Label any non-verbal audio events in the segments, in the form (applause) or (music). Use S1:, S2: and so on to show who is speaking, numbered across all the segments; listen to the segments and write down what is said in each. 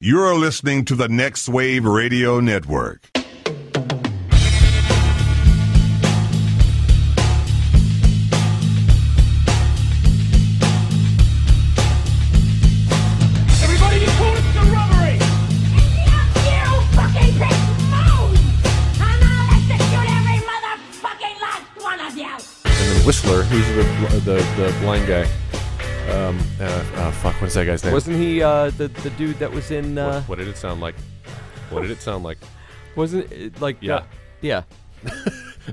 S1: You're listening to the Next Wave Radio Network.
S2: Everybody, you call it the robbery!
S3: and then Whistler, who's the the, the blind guy. Um, uh, uh, fuck, what's that guy's name?
S4: Wasn't he uh, the the dude that was in?
S3: what,
S4: Uh,
S3: what did it sound like? What did it sound like? (laughs)
S4: Wasn't it like?
S3: Yeah.
S4: uh, yeah.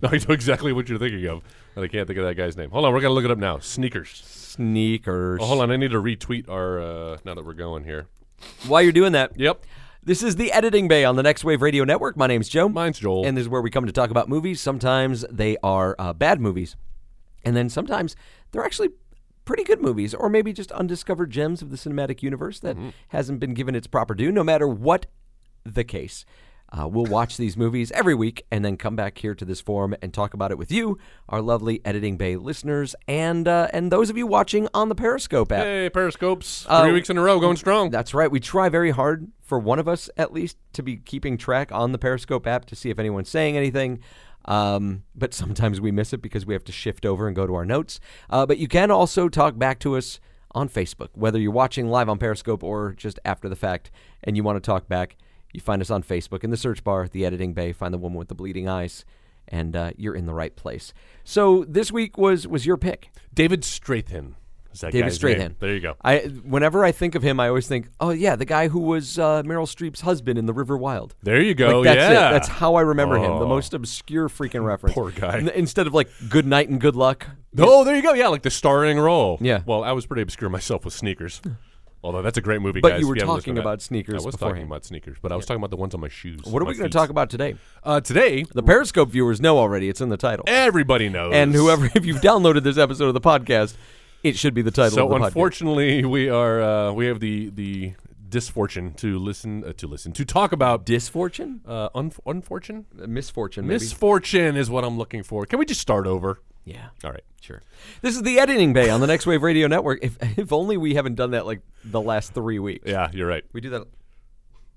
S3: No, I know exactly what you're thinking of, and I can't think of that guy's name. Hold on, we're gonna look it up now. Sneakers.
S4: Sneakers.
S3: Oh, hold on, I need to retweet our. Uh, now that we're going here.
S4: While you're doing that,
S3: Yep.
S4: This is the editing bay on the Next Wave Radio Network. My name's Joe.
S3: Mine's Joel.
S4: and this is where we come to talk about movies. Sometimes they are uh, bad movies, and then sometimes they're actually pretty good movies, or maybe just undiscovered gems of the cinematic universe that hasn't been given its proper due. No matter what the case, uh, we'll watch these movies every week and then come back here to this forum and talk about it with you, our lovely editing bay listeners, and uh, and those of you watching on the Periscope app.
S3: hey, Periscopes.
S4: Oh.
S3: Three weeks in a row, going strong.
S4: That's right. We try very hard for one of us at least to be keeping track on the Periscope app to see if anyone's saying anything. Um, but sometimes we miss it because we have to shift over and go to our notes. Uh, but you can also talk back to us on Facebook, whether you're watching live on Periscope or just after the fact and you want to talk back. You find us on Facebook in the search bar, the editing bay, find the woman with the bleeding eyes, and uh, you're in the right place. So this week was was your pick.
S3: David Strathan. Is that
S4: David
S3: guy's name.
S4: Strathan.
S3: There you go.
S4: I whenever I think of him, I always think, oh yeah, the guy who was uh, Meryl Streep's husband in The River Wild.
S3: There you go.
S4: Like, that's
S3: yeah.
S4: it. That's how I remember him. The
S3: Oh.
S4: most obscure freaking reference.
S3: Poor guy.
S4: N- instead of like good night and good luck.
S3: Oh, there you go. Yeah, like the starring role.
S4: Yeah.
S3: Well, I was pretty obscure myself with sneakers. Although that's a great movie,
S4: But
S3: guys,
S4: you
S3: if
S4: were
S3: haven't listened
S4: talking
S3: to that.
S4: about sneakers
S3: I was
S4: beforehand.
S3: talking about sneakers, but I was talking about the ones on my shoes.
S4: What are we going to talk about today?
S3: Uh, today,
S4: The Periscope viewers know already. It's in the title.
S3: everybody knows,
S4: And whoever, (laughs) if you've downloaded this episode of the podcast, it should be the title. of
S3: So
S4: the podcast.
S3: unfortunately, we are uh, we have the the disfortune to listen uh, to listen to talk about
S4: disfortune,
S3: uh, unf- unfortune
S4: Uh, misfortune, maybe.
S3: misfortune is what I'm looking for. Can we just start over?
S4: yeah.
S3: All right.
S4: Sure. This is the editing bay on the Next Wave Radio Network. If (laughs) if only we haven't done that like the last three weeks.
S3: Yeah, you're right.
S4: We do that.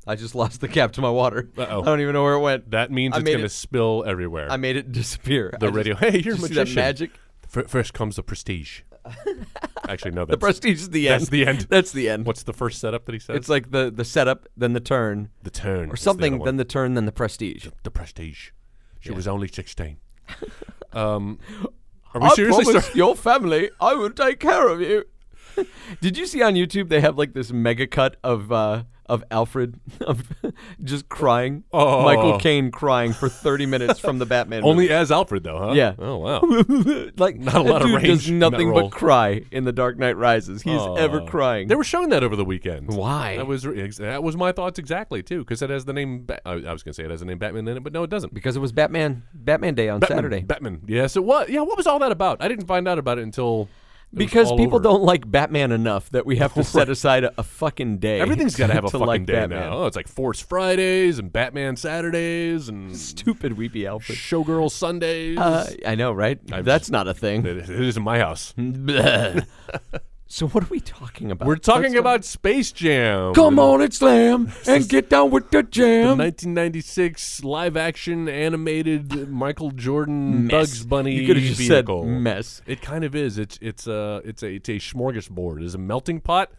S4: I just lost the cap to my water.
S3: Uh-oh.
S4: I don't even know where it went.
S3: That means
S4: I
S3: it's
S4: made
S3: going to
S4: it-
S3: spill everywhere.
S4: I made it disappear.
S3: the
S4: I just-
S3: radio. (laughs) hey, you're a
S4: did you see
S3: magician.
S4: that magic?
S3: F- first comes the
S4: (laughs)
S3: prestige. Actually, no. That's,
S4: The prestige is the end.
S3: That's the end.
S4: (laughs) That's the end.
S3: What's the first setup that he says?
S4: it's like the the setup, then the turn,
S3: the turn
S4: or something, then the turn, then the prestige.
S3: the prestige. She
S4: Yeah.
S3: was only
S4: (laughs)
S3: sixteen. um, are we
S4: I
S3: seriously?
S4: promise
S3: start-
S4: your family, I will take care of you. (laughs) Did you see on YouTube they have like this mega cut of uh, of Alfred (laughs) of just crying,
S3: Oh.
S4: Michael Caine crying for thirty minutes from the
S3: (laughs)
S4: Batman.
S3: only as Alfred though, huh?
S4: Yeah.
S3: Oh wow.
S4: movie. (laughs) like
S3: Not a
S4: that
S3: lot of
S4: dude
S3: range
S4: does
S3: in that
S4: nothing
S3: role.
S4: but cry in The Dark Knight Rises. He's ever
S3: Aw.
S4: crying.
S3: They were showing that over the weekend.
S4: Why?
S3: That was ex- that was my thoughts exactly too, because it has the name. Ba- I I was gonna say it has the name Batman in it, but no, it doesn't.
S4: because it was Batman Batman Day on
S3: Batman,
S4: Saturday.
S3: Batman. Yes, it was. Yeah, what was all that about? I didn't find out about it until it was
S4: because
S3: all
S4: people
S3: over.
S4: don't like Batman enough that we
S3: (laughs)
S4: have to set aside a, a fucking day.
S3: Everything's
S4: (laughs)
S3: got to have a fucking
S4: like
S3: day
S4: Batman.
S3: now. Oh, it's like Force Fridays and Batman Saturdays and
S4: (laughs) Stupid weepy Alfred.
S3: Showgirl Sundays.
S4: Uh, I know, right? That's not a thing.
S3: it it is in my house.
S4: Hmm. Bleh. (laughs) so what are we talking about?
S3: We're talking
S4: Let's-
S3: about Space Jam.
S4: Come
S3: the-
S4: on, it's slam and get down with the
S3: The
S4: jam.
S3: 1996 live-action animated Michael Jordan Bugs Bunny
S4: You could have just
S3: vehicle.
S4: said mess.
S3: It kind of is. It's it's a it's a it's a smorgasbord. It's a melting pot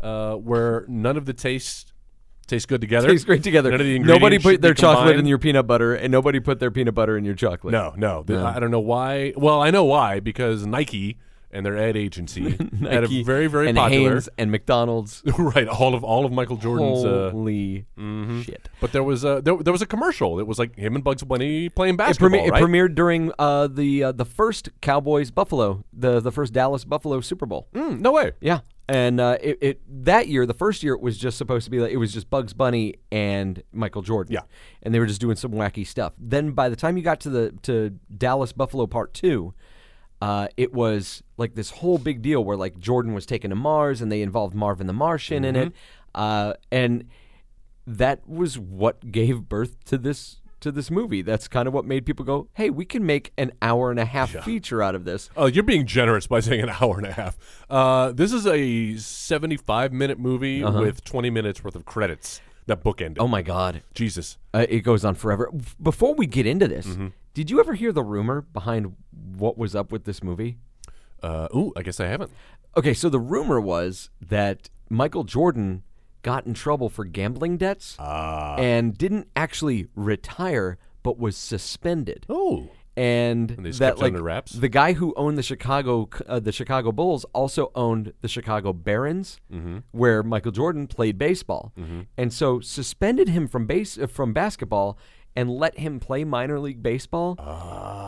S3: uh, where none of the tastes taste good together.
S4: Tastes great together.
S3: None of the ingredients
S4: Nobody
S3: should
S4: put their
S3: be
S4: chocolate in
S3: combined.
S4: your peanut butter, and nobody put their peanut butter in your chocolate.
S3: No, no. The- I don't know why. Well, I know why because Nike and their ad
S4: (laughs)
S3: agency had
S4: Nike
S3: a very very
S4: and
S3: popular
S4: Hanes and McDonald's.
S3: (laughs) right all of all of Michael Jordan's. Uh,
S4: Holy shit!
S3: but there was a there, there was a commercial. It was like him and Bugs Bunny playing
S4: It,
S3: basketball.
S4: premi- it
S3: right?
S4: premiered during uh, the uh, the first Cowboys Buffalo the the first Dallas Buffalo Super Bowl.
S3: Mm, no way.
S4: Yeah, and uh, it, it that year the first year it was just supposed to be like it was just Bugs Bunny and Michael Jordan.
S3: Yeah.
S4: and they were just doing some wacky stuff. Then by the time you got to the to Dallas Buffalo Part Two. Uh, it was like this whole big deal where like Jordan was taken to Mars and they involved Marvin the Martian in it, uh, and that was what gave birth to this to this movie. That's kind of what made people go, "Hey, we can make an hour and a half feature out of this."
S3: Oh, you're being generous by saying an (laughs) hour and a half. Uh, this is a 75 minute movie with 20 minutes worth of credits that bookended.
S4: Uh-huh. Oh my god,
S3: Jesus.
S4: uh, it goes on forever. F- Before we get into this, did you ever hear the rumor behind what was up with this movie?
S3: Uh, ooh, I guess I haven't.
S4: Okay, so the rumor was that Michael Jordan got in trouble for gambling debts and didn't actually retire, but was suspended.
S3: Oh.
S4: And,
S3: just
S4: that
S3: kept it
S4: like
S3: under wraps?
S4: the guy who owned the Chicago uh, the Chicago Bulls also owned the Chicago Barons, where Michael Jordan played baseball, and so suspended him from base uh, from basketball and let him play minor league baseball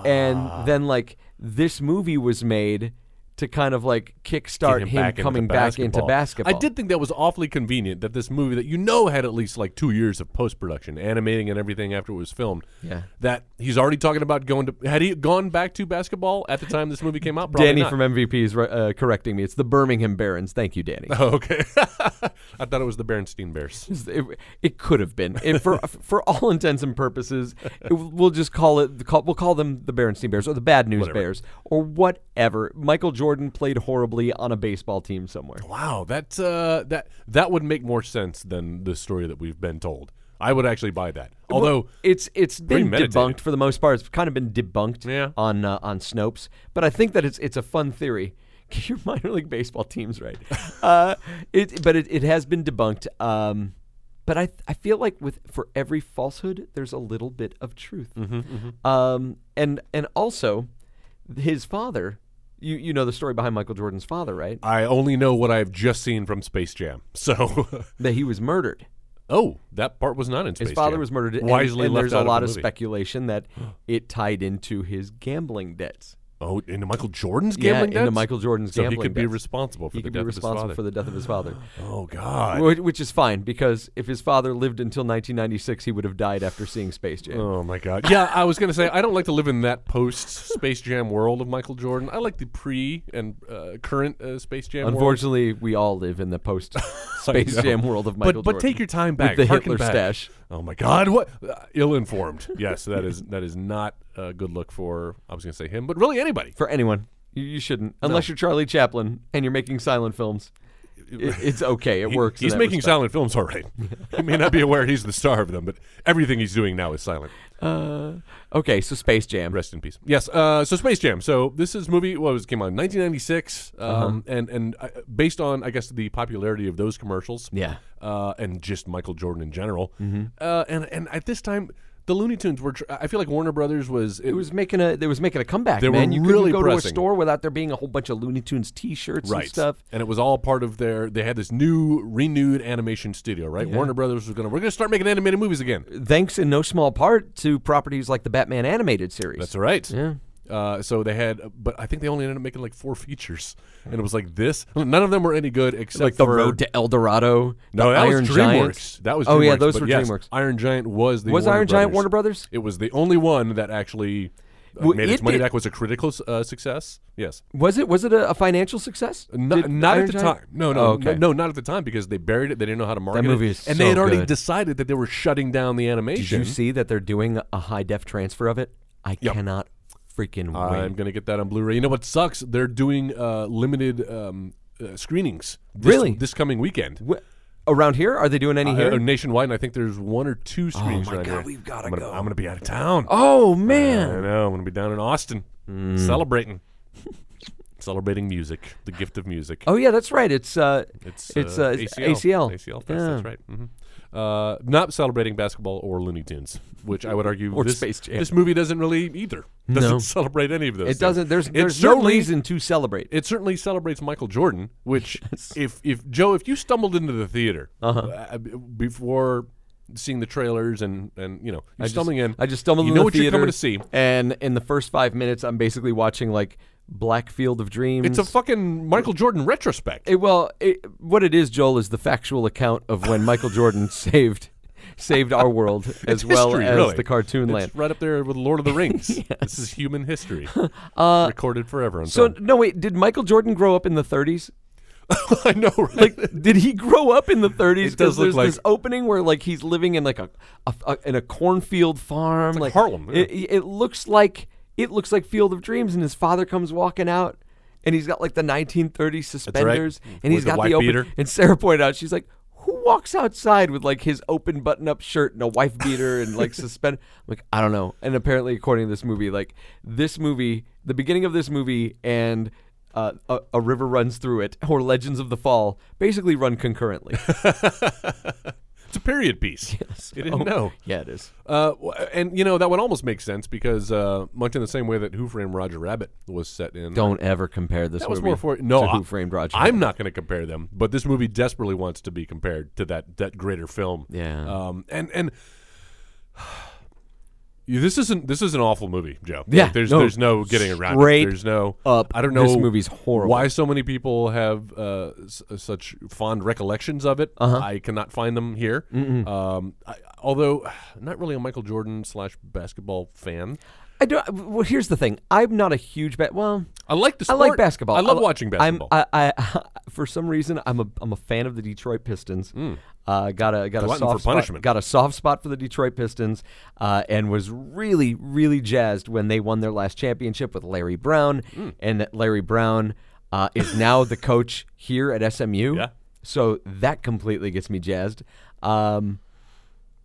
S4: and then like this movie was made to kind of like kickstart him, coming back into basketball.
S3: I did think that was awfully convenient that this movie that you know had at least like two years of post production, animating and everything after it was filmed.
S4: Yeah.
S3: That he's already talking about going to. Had he gone back to basketball at the time this movie came out? Probably
S4: Danny
S3: not.
S4: from MVP is uh, correcting me. It's the Birmingham Barons. Thank you, Danny.
S3: (laughs) Oh, okay. (laughs) I thought it was the Berenstein Bears.
S4: (laughs) It, it could have been. It, for for all intents and purposes, it- we'll just call it. Call, we'll call them the Berenstein Bears or the Bad News Bears or whatever. Michael Jordan played horribly on a baseball team somewhere.
S3: Wow, that uh, that that would make more sense than the story that we've been told. I would actually buy that. Although
S4: it's it's been
S3: premeditated.
S4: debunked for the most part. It's kind of been debunked
S3: Yeah.
S4: on uh, on Snopes, but I think that it's it's a fun theory. (laughs) Get your minor league baseball
S3: (laughs)
S4: teams right. uh, it, but it, it has been debunked. Um, but I I feel like with for every falsehood, there's a little bit of truth.
S3: Mm-hmm,
S4: Um, and and also, his father. You you know the story behind Michael Jordan's father, right?
S3: I only know what I've just seen from Space Jam. (laughs) So,
S4: That he was murdered.
S3: oh, that part was not in Space
S4: His father
S3: Jam.
S4: was murdered. and-
S3: Wisely
S4: and,
S3: left
S4: there's
S3: out
S4: a lot
S3: of,
S4: of,
S3: the movie. (gasps)
S4: speculation that it tied into his gambling debts.
S3: Oh, into Michael Jordan's gambling
S4: yeah, into
S3: debts?
S4: Michael Jordan's
S3: so
S4: gambling
S3: he could be
S4: debts.
S3: responsible for
S4: He
S3: the
S4: could
S3: death
S4: be responsible
S3: of his
S4: for
S3: father.
S4: the death of
S3: (laughs)
S4: his father,
S3: oh God.
S4: Wh- which is fine because if his father lived until 1996, he would have died after seeing Space Jam.
S3: Oh my God! Yeah, I was gonna say I don't like to live in that post Space Jam world of Michael Jordan. I like the pre and uh, current uh, Space Jam. world. (laughs)
S4: Unfortunately, we all live in the post Space
S3: know.
S4: Jam world of
S3: But-
S4: Michael
S3: but
S4: Jordan.
S3: take your time back.
S4: with the
S3: Harken
S4: Hitler
S3: back.
S4: stash.
S3: Oh my God! What uh, ill-informed? yes, that is that is not a good look for. I was going to say him, but really anybody.
S4: for anyone. You, you shouldn't, unless you're Charlie Chaplin and you're making
S3: (laughs)
S4: silent films. It- it's okay. It
S3: He-
S4: works. in
S3: He's
S4: that
S3: making
S4: respect.
S3: silent films, all
S4: (laughs)
S3: right. he may not be aware he's the star of them, but everything he's doing now is silent.
S4: Okay, so Space Jam.
S3: Rest in peace. Yes. Uh, so Space Jam. So this is movie. What was it came out in 1996,
S4: Uh-huh.
S3: um, and and uh, based on I guess the popularity of those commercials.
S4: Yeah. Mm-hmm.
S3: Uh, and just Michael Jordan in general. Uh, and and at this time, the Looney Tunes were. Tr- I feel like Warner Brothers was.
S4: It was making a they was making a comeback.
S3: They were
S4: man, you
S3: really
S4: couldn't go to
S3: pressing.
S4: a store without there being a whole bunch of Looney Tunes T-shirts
S3: right
S4: and stuff.
S3: and it was all part of their. They had this new renewed animation studio, right? Warner Brothers was gonna. We're gonna start making animated movies again.
S4: thanks in no small part to properties like the Batman animated series.
S3: That's right. Yeah. Uh, so they had, but I think they only ended up making like four features, and it was like this. None of them were any good except
S4: like the
S3: for-
S4: Road to El Dorado.
S3: No,
S4: the
S3: that
S4: Iron
S3: was DreamWorks.
S4: Giant.
S3: That was
S4: oh yeah,
S3: DreamWorks,
S4: those
S3: but
S4: were
S3: yes,
S4: DreamWorks.
S3: Iron Giant was the
S4: Was
S3: Warner
S4: Iron Giant
S3: Brothers.
S4: Warner Brothers?
S3: It was the only one that actually uh,
S4: Well,
S3: made its
S4: it
S3: money
S4: did-
S3: back. Was a critical uh, success. Yes,
S4: Was it was it a, a financial success?
S3: not,
S4: Did
S3: not
S4: Iron
S3: at the
S4: Giant-
S3: time. No, no,
S4: Oh, okay.
S3: no, no, not at the time because they buried it. They didn't know how to market
S4: movie
S3: it,
S4: is
S3: and they
S4: so
S3: had already
S4: good.
S3: decided that they were shutting down the
S4: Did
S3: animation.
S4: you see that they're doing a high def transfer of it? I
S3: Yep.
S4: cannot freaking wait.
S3: I'm gonna get that on Blu-ray. You know what sucks? They're doing uh, limited um, uh, screenings. This,
S4: Really?
S3: this coming weekend.
S4: Wh- around here, are they doing any
S3: Uh,
S4: here? Oh
S3: nationwide, and I think there's one or two screens.
S4: my
S3: around
S4: God,
S3: here.
S4: we've gotta
S3: I'm gonna-
S4: go.
S3: I'm gonna be out of town.
S4: oh Hmm.
S3: I
S4: man,
S3: know. I'm gonna be down in Austin
S4: (laughs)
S3: celebrating, celebrating music, the gift of music.
S4: oh yeah, that's right. It's uh,
S3: It's
S4: it's,
S3: uh,
S4: uh, it's ACL.
S3: ACL Fest.
S4: Yeah.
S3: That's right. hmm Uh, not celebrating basketball or Looney Tunes, which I would argue
S4: (laughs) Or
S3: this,
S4: Space Jam.
S3: this movie doesn't really either. Doesn't (laughs)
S4: No.
S3: celebrate any of those.
S4: it doesn't. There's
S3: It
S4: there's no
S3: certainly-
S4: reason to celebrate.
S3: It certainly celebrates Michael Jordan,
S4: (laughs)
S3: which if if Joe, if you stumbled into the theater
S4: Uh-huh.
S3: uh, b- before seeing the trailers and and you know you're stumbling in,
S4: I just stumbled
S3: You
S4: into
S3: know
S4: the
S3: what
S4: theater,
S3: you're coming to see.
S4: and in the first five minutes, I'm basically watching like Black Field of Dreams.
S3: It's a fucking Michael Jordan retrospect.
S4: It- well, it, what it is, Joel, is the factual account of when Michael Jordan (laughs) saved saved our
S3: (laughs)
S4: world as well
S3: history,
S4: as
S3: really.
S4: the cartoon
S3: It's
S4: land.
S3: right up there with Lord of the
S4: (laughs)
S3: Rings. This is human history, recorded forever on
S4: Uh, So
S3: film. (laughs)
S4: no, wait, did Michael Jordan grow up in the 30s?
S3: I know, right?
S4: Like, did he grow up in the 30s?
S3: (laughs) It does
S4: 'Cause
S3: look
S4: there's
S3: like-
S4: this opening where like he's living in like a, a, a- in a cornfield farm,
S3: like Harlem, yeah.
S4: It, it looks like it looks like Field of Dreams, and his father comes walking out, and he's got like the 1930s suspenders, and he's
S3: With the
S4: got
S3: white
S4: the open.
S3: beater.
S4: And Sarah pointed out, she's like. Who walks outside with like his open button-up shirt and a wife beater and
S3: (laughs)
S4: like suspend? I'm like I don't know. And apparently, according to this movie, like this movie, the beginning of this movie, and uh, a, a river runs through it, or Legends of the Fall, basically run
S3: (laughs)
S4: concurrently.
S3: (laughs) it's a period piece. Yes. You didn't
S4: Oh,
S3: know.
S4: yeah, it is.
S3: Uh, w- and you know that would almost make sense because uh, much in the same way that Who Framed Roger Rabbit was set in.
S4: Don't ever compare this
S3: that was
S4: movie
S3: more for no.
S4: to
S3: I-
S4: Who Framed Roger.
S3: I'm not going to compare them, but this movie desperately wants to be compared to that that greater film.
S4: Yeah.
S3: Um. And and. (sighs) you- This isn't this is an awful movie, Joe.
S4: Yeah,
S3: Like, there's
S4: no,
S3: there's no getting around.
S4: straight
S3: it. There's no
S4: up,
S3: I don't know.
S4: this movie's horrible.
S3: Why so many people have uh, s- such fond recollections of it?
S4: Uh-huh.
S3: I cannot find them here. Um, I, although (sighs) not really a Michael Jordan slash basketball fan.
S4: I don't. Well, here's the thing. I'm not a huge bet. Well,
S3: I like the
S4: I
S3: sport.
S4: like basketball.
S3: I love
S4: li-
S3: watching basketball.
S4: I'm, I, I, (laughs) for some reason, I'm a, I'm a fan of the Detroit Pistons.
S3: Hmm.
S4: Uh, got a got a
S3: Glutton
S4: soft
S3: for
S4: spot-
S3: punishment.
S4: got a soft spot for the Detroit Pistons, uh, and was really really jazzed when they won their last championship with Larry Brown, and that Larry Brown uh, is now the coach here at SMU.
S3: Yeah.
S4: So that completely gets me jazzed. Um,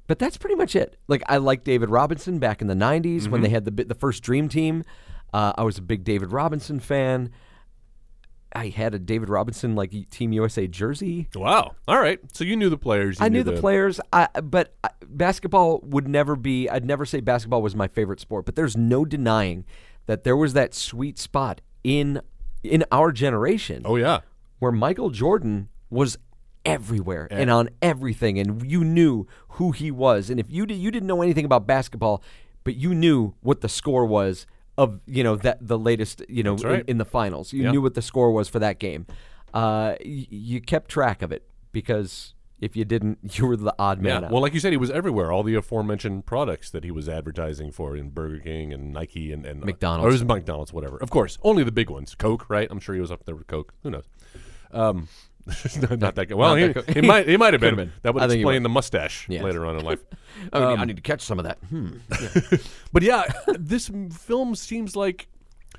S4: but that's pretty much it. Like I like David Robinson back in the '90s when they had the bi- the first Dream Team. Uh, I was a big David Robinson fan. I had a David Robinson like Team USA jersey.
S3: wow. All right. So you knew the players. You
S4: I knew the players, I, but I- basketball would never be. I'd never say basketball was my favorite sport, but there's no denying that there was that sweet spot in in our generation
S3: Oh yeah.
S4: where Michael Jordan was everywhere and on everything, and you knew who he was. And if you did, you didn't know anything about basketball, but you knew what the score was of you know that the latest you know
S3: right.
S4: in, in the finals. You
S3: Yeah.
S4: knew what the score was for that game. Uh, y- you kept track of it because if you didn't, (laughs) you were the odd man
S3: Yeah.
S4: out.
S3: Well, like you said, he was everywhere. All the aforementioned products that he was advertising for in Burger King and Nike and, and
S4: McDonald's.
S3: Or it was McDonald's, whatever. Of course, only the big ones. Coke, right? I'm sure he was up there with Coke. Who knows? Um, (laughs) not, that guy. Well,
S4: Not
S3: he,
S4: that Coke.
S3: he might he might have been.
S4: Could've been.
S3: That would
S4: I think he
S3: explain the mustache later on in life.
S4: (laughs) I, need, I need to catch some of that. Hmm.
S3: But yeah, this m- film seems like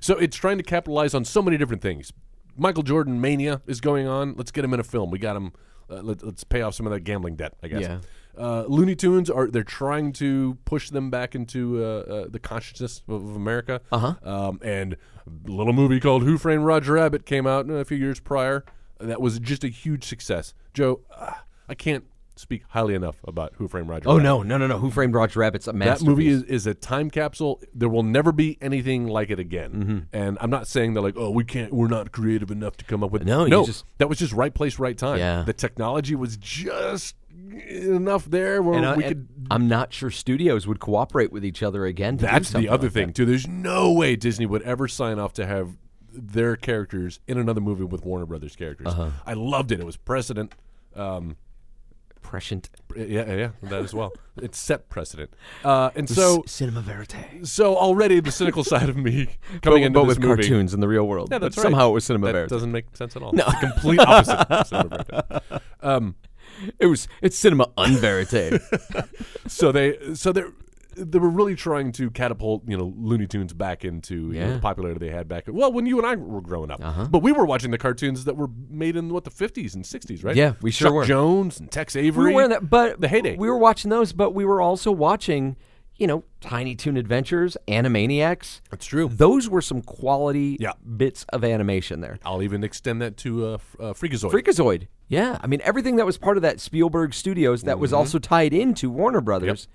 S3: so it's trying to capitalize on so many different things. Michael Jordan mania is going on. Let's get him in a film. We got him. Uh, let, let's pay off some of that gambling debt. I guess.
S4: Yeah.
S3: Uh, Looney Tunes are they're trying to push them back into uh, uh, the consciousness of, of America.
S4: Uh-huh.
S3: Uh huh. Um, and a little movie called Who Framed Roger Rabbit came out uh, a few years prior. That was just a huge success. Joe, uh, I can't speak highly enough about Who Framed Roger.
S4: Oh
S3: Rabbit.
S4: no, no, no, no! Who framed Roger Rabbit's a
S3: That movie is, is a time capsule. There will never be anything like it again.
S4: Mm-hmm.
S3: And I'm not saying that like, oh, we can't, we're not creative enough to come up with.
S4: No, you
S3: no,
S4: just-
S3: that was just right place, right time.
S4: Yeah.
S3: the technology was just enough there where
S4: And I,
S3: oh, we
S4: and
S3: could.
S4: I'm not sure studios would cooperate with each other again. to do
S3: That's the
S4: something
S3: other
S4: like
S3: thing too. There's no way Disney would ever sign off to have their characters in another movie with Warner Brothers characters.
S4: Uh-huh.
S3: I loved it. It was precedent. Um,
S4: that. Prescient.
S3: yeah, yeah, that as
S4: (laughs)
S3: well. it set precedent. Uh, and so,
S4: cinema verite.
S3: so already the cynical (laughs) side of me coming
S4: but,
S3: into
S4: but
S3: this
S4: with
S3: movie,
S4: cartoons in the real world.
S3: Yeah, that's
S4: but
S3: right.
S4: somehow it was cinema
S3: that
S4: verite.
S3: doesn't make sense at all. No, it's the complete opposite. (laughs) of cinema verite.
S4: It was it's cinema unverite.
S3: (laughs) so they, so they, they were really trying to catapult, you know, Looney Tunes back into you know,
S4: Yeah.
S3: the popularity they had back. Well, when you and I were growing up, but we were watching the cartoons that were made in what the fifties and sixties, right?
S4: Yeah, we sure
S3: Chuck
S4: were.
S3: Jones and Tex Avery.
S4: we were wearing that, but
S3: the heyday.
S4: We were watching those, but we were also watching, you know, Tiny Toon Adventures, Animaniacs.
S3: That's true.
S4: Those were some quality
S3: Yeah.
S4: bits of animation there.
S3: I'll even extend that to uh, F- uh, Freakazoid.
S4: Freakazoid. Yeah, I mean everything that was part of that Spielberg Studios that
S3: Mm-hmm.
S4: was also tied into Warner Brothers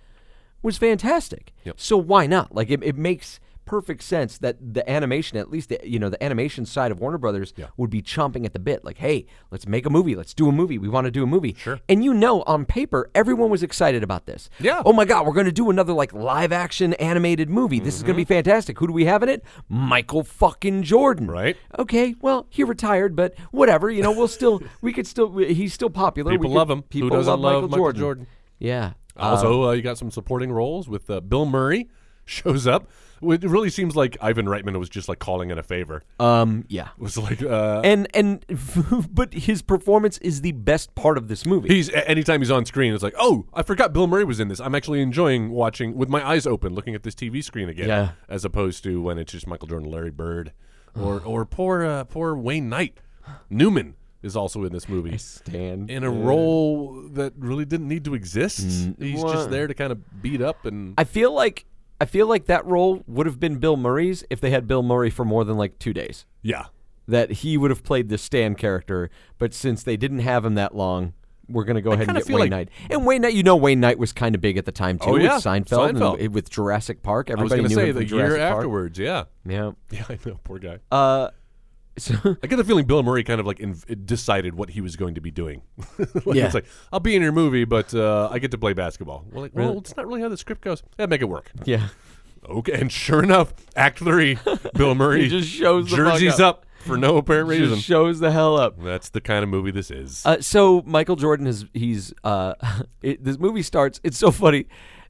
S4: was fantastic. So why not? Like it, it makes perfect sense that the animation, at least the you know the animation side of Warner Brothers, would be chomping at the bit. Like, hey, let's make a movie. Let's do a movie. We want to do a movie. Sure. And you know, on paper, everyone was excited about this.
S3: Yeah.
S4: Oh my God, we're going to do another like live action animated movie. This is
S3: Mm-hmm.
S4: going to be fantastic. Who do we have in it? Michael fucking Jordan
S3: Right.
S4: okay, well, he retired, but whatever. You know,
S3: (laughs)
S4: we'll still, we could still, we- he's still popular. We
S3: People
S4: could-
S3: love him. Who
S4: People
S3: doesn't
S4: love,
S3: love
S4: Michael,
S3: Michael
S4: Jordan.
S3: Jordan?
S4: Yeah. Uh,
S3: Also, uh, you got some supporting roles with uh, Bill Murray (laughs) shows up. It really seems like Ivan Reitman was just like calling in a favor.
S4: Um, yeah.
S3: was like, uh,
S4: And and (laughs) but his performance is the best part of this movie.
S3: he's a- anytime he's on screen, it's like, oh, I forgot Bill Murray was in this. I'm actually enjoying watching with my eyes open, looking at this TV screen again,
S4: Yeah.
S3: as opposed to when it's just Michael Jordan, Larry Bird, or or poor uh, poor Wayne Knight. Newman is also in this movie.
S4: Stan.
S3: in a role that really didn't need to exist. He's just there to kind of beat up and
S4: Mm. I feel like I feel like that role would have been Bill Murray's if they had Bill Murray for more than like two days.
S3: yeah.
S4: That he would have played the Stan character, but since they didn't have him that long, we're gonna go ahead and
S3: kinda
S4: get
S3: feel
S4: Wayne
S3: like-
S4: Knight. And Wayne Knight, you know, Wayne Knight was kind of big at the time too
S3: Oh,
S4: with
S3: yeah,
S4: Seinfeld,
S3: Seinfeld.
S4: and it- with Jurassic Park.
S3: I was
S4: Everybody
S3: going to
S4: knew
S3: say
S4: him from
S3: the
S4: Jurassic
S3: year
S4: Park.
S3: afterwards. Yeah.
S4: Yeah.
S3: Yeah, (laughs) I know. Poor guy.
S4: Uh, so
S3: (laughs) I get the feeling Bill Murray kind of like inv- decided what he was going to be doing. (laughs) like,
S4: Yeah.
S3: It's like, I'll be in your movie, but uh, I get to play basketball. Well, like, well, it's not really how the script goes. Yeah, make it work. (laughs)
S4: yeah.
S3: Okay. And sure enough, Act 3, Bill Murray
S4: (laughs) He just shows the fuck
S3: jerseys
S4: up.
S3: up for no apparent reason.
S4: Just (laughs) shows the hell up.
S3: That's the kind of movie this is.
S4: Uh, so Michael Jordan is he's uh, (laughs) it, this movie starts. It's so funny.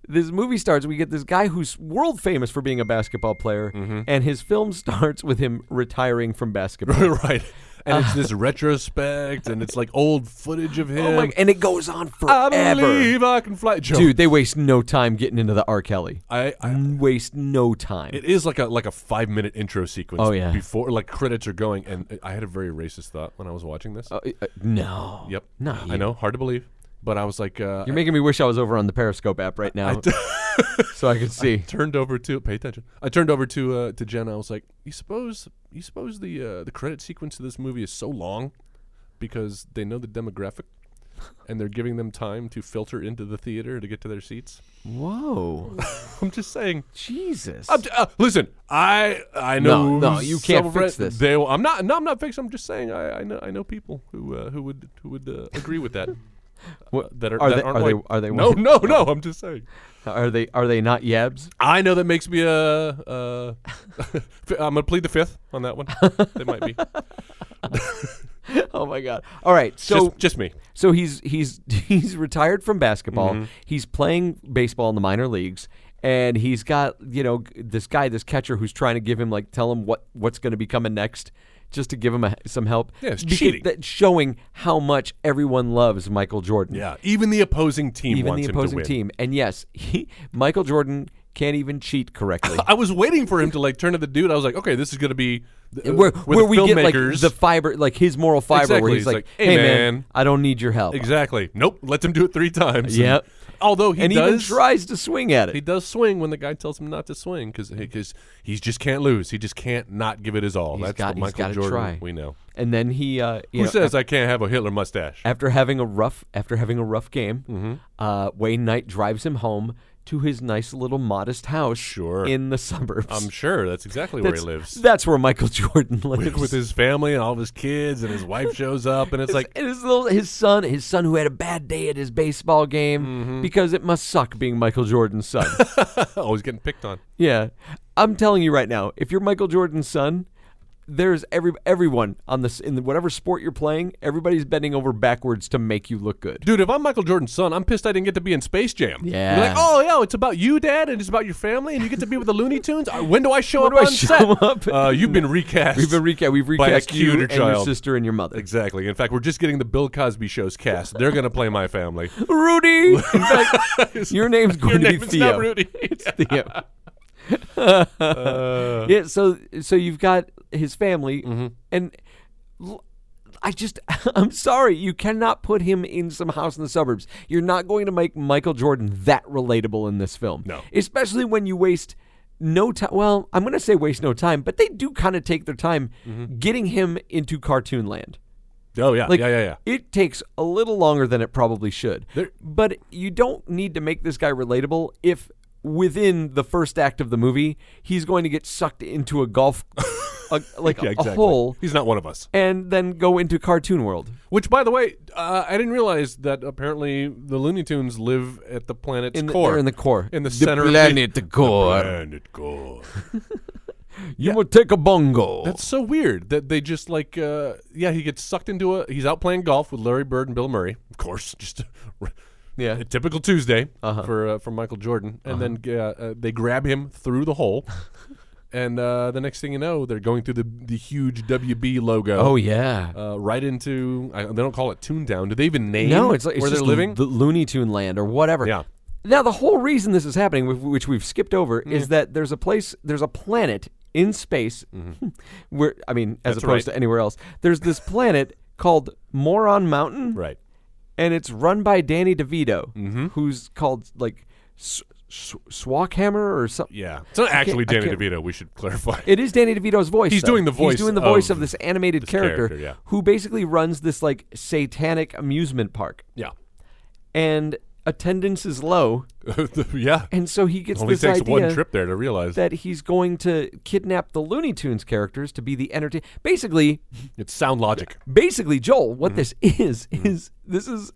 S4: This movie starts. We get this guy who's world famous for being a basketball player,
S3: Mm-hmm.
S4: and his film (laughs) starts with him retiring
S3: (laughs)
S4: from basketball.
S3: (laughs) right. And it's this retrospect, and it's like old footage of him.
S4: uh, (laughs) Oh my- and it goes on
S3: I
S4: forever.
S3: believe I can fly, Joe.
S4: Dude, they waste no time getting into the R. Kelly.
S3: I, I
S4: Waste no time.
S3: it is like a like a five minute intro sequence.
S4: Oh, yeah.
S3: before like credits are going, and I had a very racist thought when I was watching this.
S4: Uh, uh, no.
S3: yep,
S4: Not
S3: I know, hard to believe, but I was like, uh,
S4: You're making me wish I was over on the Periscope app right now, (laughs) so I could see.
S3: (laughs) turned over to pay attention. I turned over to uh, to Jen. I was like, you suppose you suppose the uh, the credit sequence of this movie is so long because they know the demographic. And they're giving them time to filter into the theater to get to their seats. (laughs)
S4: (laughs) Whoa,
S3: I'm just saying,
S4: Jesus!
S3: I'm j- uh, listen, I I know.
S4: no, you can't
S3: some
S4: fix
S3: re-
S4: this.
S3: They, I'm not. No, I'm not fixing. I'm just saying. I, I know. I know people who uh, who would who would uh, agree with
S4: (laughs)
S3: that.
S4: What-
S3: that are,
S4: are
S3: that
S4: they-
S3: aren't
S4: are they-
S3: white.
S4: are they
S3: No,
S4: white?
S3: no,
S4: Oh.
S3: no. I'm just saying.
S4: Are they are they
S3: (laughs)
S4: not yabs?
S3: I know that makes me a. Uh, (laughs) fi- I'm gonna plead the fifth on that one. they might
S4: (laughs)
S3: be.
S4: Oh my god! All right, so
S3: just, just me.
S4: so he's he's (laughs) he's retired from basketball.
S3: Mm-hmm.
S4: He's playing baseball in the minor leagues, and he's got you know g- this guy, this catcher, who's trying to give him like tell him what what's going to be coming next, just to give him a, some help.
S3: Yeah, it's
S4: Because
S3: cheating.
S4: That showing how much everyone loves Michael Jordan.
S3: Yeah. Even the opposing team.
S4: even
S3: wants
S4: the
S3: him to
S4: opposing
S3: win.
S4: team. And yes, he, Michael Jordan can't even
S3: (laughs)
S4: cheat correctly.
S3: I was waiting for him to like turn to the dude. I was like, okay, this is gonna be th- uh,
S4: where
S3: where, the
S4: where we get like
S3: filmmakers-
S4: the fiber, like his moral fiber,
S3: Exactly.
S4: where he's
S3: It's
S4: like,
S3: like,
S4: "Hey,
S3: "Hey,
S4: man,
S3: man."
S4: I don't need your help."
S3: Exactly. Nope. Let them do it three times.
S4: Yep.
S3: And- although he
S4: and he
S3: does
S4: even tries to swing at it.
S3: he does swing when the guy tells him not to swing because because he just can't lose. He just can't not give it his all. That's what
S4: got- he's
S3: Michael
S4: gotta
S3: Jordan
S4: try.
S3: we know.
S4: and then he, uh, you
S3: Who
S4: know,
S3: says I can't have a Hitler mustache?
S4: after having a rough after having a rough game,
S3: Mm-hmm.
S4: uh, Wayne Knight drives him home to his nice little modest house
S3: Sure.
S4: in the suburbs.
S3: I'm sure that's exactly where
S4: that's,
S3: he lives
S4: that's where Michael (laughs) Jordan
S3: (laughs)
S4: lives.
S3: with his family and all of his kids, and his wife shows up, and it's
S4: (laughs)
S3: like.
S4: And his little his son, his son who had a bad day at his baseball game
S3: Mm-hmm.
S4: because it must suck being Michael Jordan's son. (laughs)
S3: Oh, he's getting picked on.
S4: yeah. I'm telling you right now, if you're Michael Jordan's son, there's every everyone on this in whatever sport you're playing, everybody's bending over backwards to make you look good.
S3: Dude, if I'm Michael Jordan's son, I'm pissed I didn't get to be in Space Jam.
S4: Yeah.
S3: You're like, oh, yeah, it's about you, Dad, and it's about your family, and you get to be with the Looney Tunes. Uh, When do I show
S4: When
S3: up
S4: do I
S3: on
S4: show
S3: set?
S4: (laughs) up?
S3: Uh, you've been recast.
S4: We've been recast. We've
S3: by a
S4: recast you
S3: cuter
S4: and your
S3: child.
S4: sister and your mother.
S3: Exactly. In fact, we're just getting the Bill Cosby show's cast. They're going to play my family.
S4: Rudy, In fact, your name's
S3: (laughs)
S4: going
S3: Your
S4: to
S3: name
S4: be
S3: is not
S4: Theo. (laughs)
S3: Rudy.
S4: Theo.
S3: Uh.
S4: yeah, so so you've got his family,
S3: Mm-hmm.
S4: and l- I just (laughs) I'm sorry, you cannot put him in some house in the suburbs. You're not going to make Michael Jordan that relatable in this film,
S3: No.
S4: especially when you waste no time. Well, I'm going to say waste no time, but they do kind of take their time
S3: Mm-hmm.
S4: getting him into cartoon land.
S3: (laughs) oh yeah,
S4: Like,
S3: yeah, yeah, yeah.
S4: It takes a little longer than it probably should.
S3: There-
S4: but you don't need to make this guy relatable if within the first act of the movie he's going to get sucked into a golf,
S3: (laughs)
S4: a, like
S3: Yeah,
S4: a,
S3: exactly.
S4: a hole,
S3: He's not one of us.
S4: and then go into cartoon world.
S3: Which, by the way, uh, I didn't realize that apparently the Looney Tunes live at the planet's
S4: In the-
S3: core.
S4: they're in the core.
S3: In the,
S4: The
S3: center.
S4: planet
S3: of the,
S4: core.
S3: The planet core.
S4: You will take a bongo.
S3: That's so weird that they just like, uh, yeah, he gets sucked into a. He's out playing golf with Larry Bird and Bill Murray, of course. (laughs) Just
S4: Yeah. Uh-huh.
S3: a typical Tuesday for uh, for Michael Jordan, and then uh, uh, they grab him through the
S4: (laughs)
S3: hole. And uh, the next thing you know, they're going through the the huge WB logo.
S4: Oh yeah.
S3: uh, right into. I, they don't call it Toontown. Do they even name?
S4: no, it's like it's
S3: where
S4: just
S3: they're living.
S4: the Looney Tune land or whatever.
S3: Yeah.
S4: Now the whole reason this is happening, wh- which we've skipped over,
S3: Mm-hmm.
S4: is that there's a place, there's a planet in space, (laughs) where I mean, as
S3: Mm-hmm. That's
S4: opposed
S3: right.
S4: to anywhere else, there's this planet called Moron Mountain,
S3: right. Mm-hmm.
S4: and it's run by Danny DeVito, who's called like S- S- Swackhammer or something.
S3: Yeah, it's not actually
S4: I
S3: Danny
S4: can't-
S3: DeVito. We should clarify.
S4: It is Danny DeVito's voice.
S3: He's
S4: though.
S3: doing the voice
S4: He's doing the voice
S3: of
S4: of, this animated
S3: this
S4: character,
S3: character, yeah.
S4: who basically runs this like satanic amusement park,
S3: (laughs) yeah, (laughs)
S4: and attendance is low,
S3: yeah.
S4: and so he gets
S3: Only
S4: this
S3: takes
S4: idea
S3: one trip there to realize
S4: that he's going to kidnap the Looney Tunes characters to be the entertain. Basically,
S3: it's sound logic.
S4: basically, Joel, what
S3: Mm-hmm.
S4: this is is this is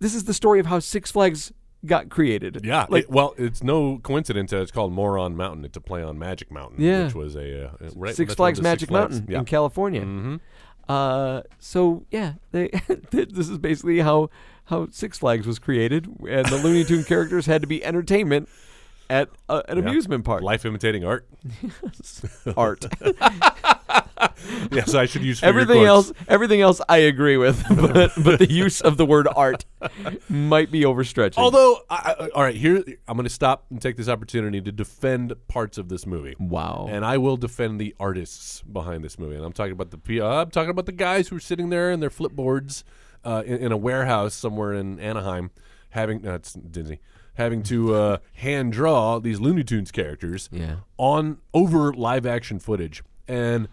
S4: this is the story of how Six Flags got created.
S3: Yeah,
S4: like
S3: it- well, it's no coincidence that it's called Moron Mountain. It's a play on Magic Mountain,
S4: Yeah.
S3: which was a uh, right,
S4: Six
S3: that's one of
S4: Flags
S3: the
S4: Magic
S3: Six Flags.
S4: Mountain
S3: Yeah. Mm-hmm.
S4: in California. Uh, so yeah, they, (laughs) this is basically how how Six Flags was created, and the Looney Tune characters had to be entertainment at uh, an amusement park.
S3: Life imitating
S4: (laughs)
S3: art.
S4: art.
S3: (laughs) yes, I should use finger
S4: everything
S3: quotes.
S4: else, everything else, I agree with, (laughs) but, but the use of the word art might be overstretching.
S3: Although, I, I, all right, here I'm going to stop and take this opportunity to defend parts of this movie.
S4: wow,
S3: And I will defend the artists behind this movie. And I'm talking about the P- uh, I'm talking about the guys who are sitting there in their flipboards uh, in, in a warehouse somewhere in Anaheim, having uh, it's Disney having to uh, hand draw these Looney Tunes characters
S4: Yeah.
S3: on over live action footage. And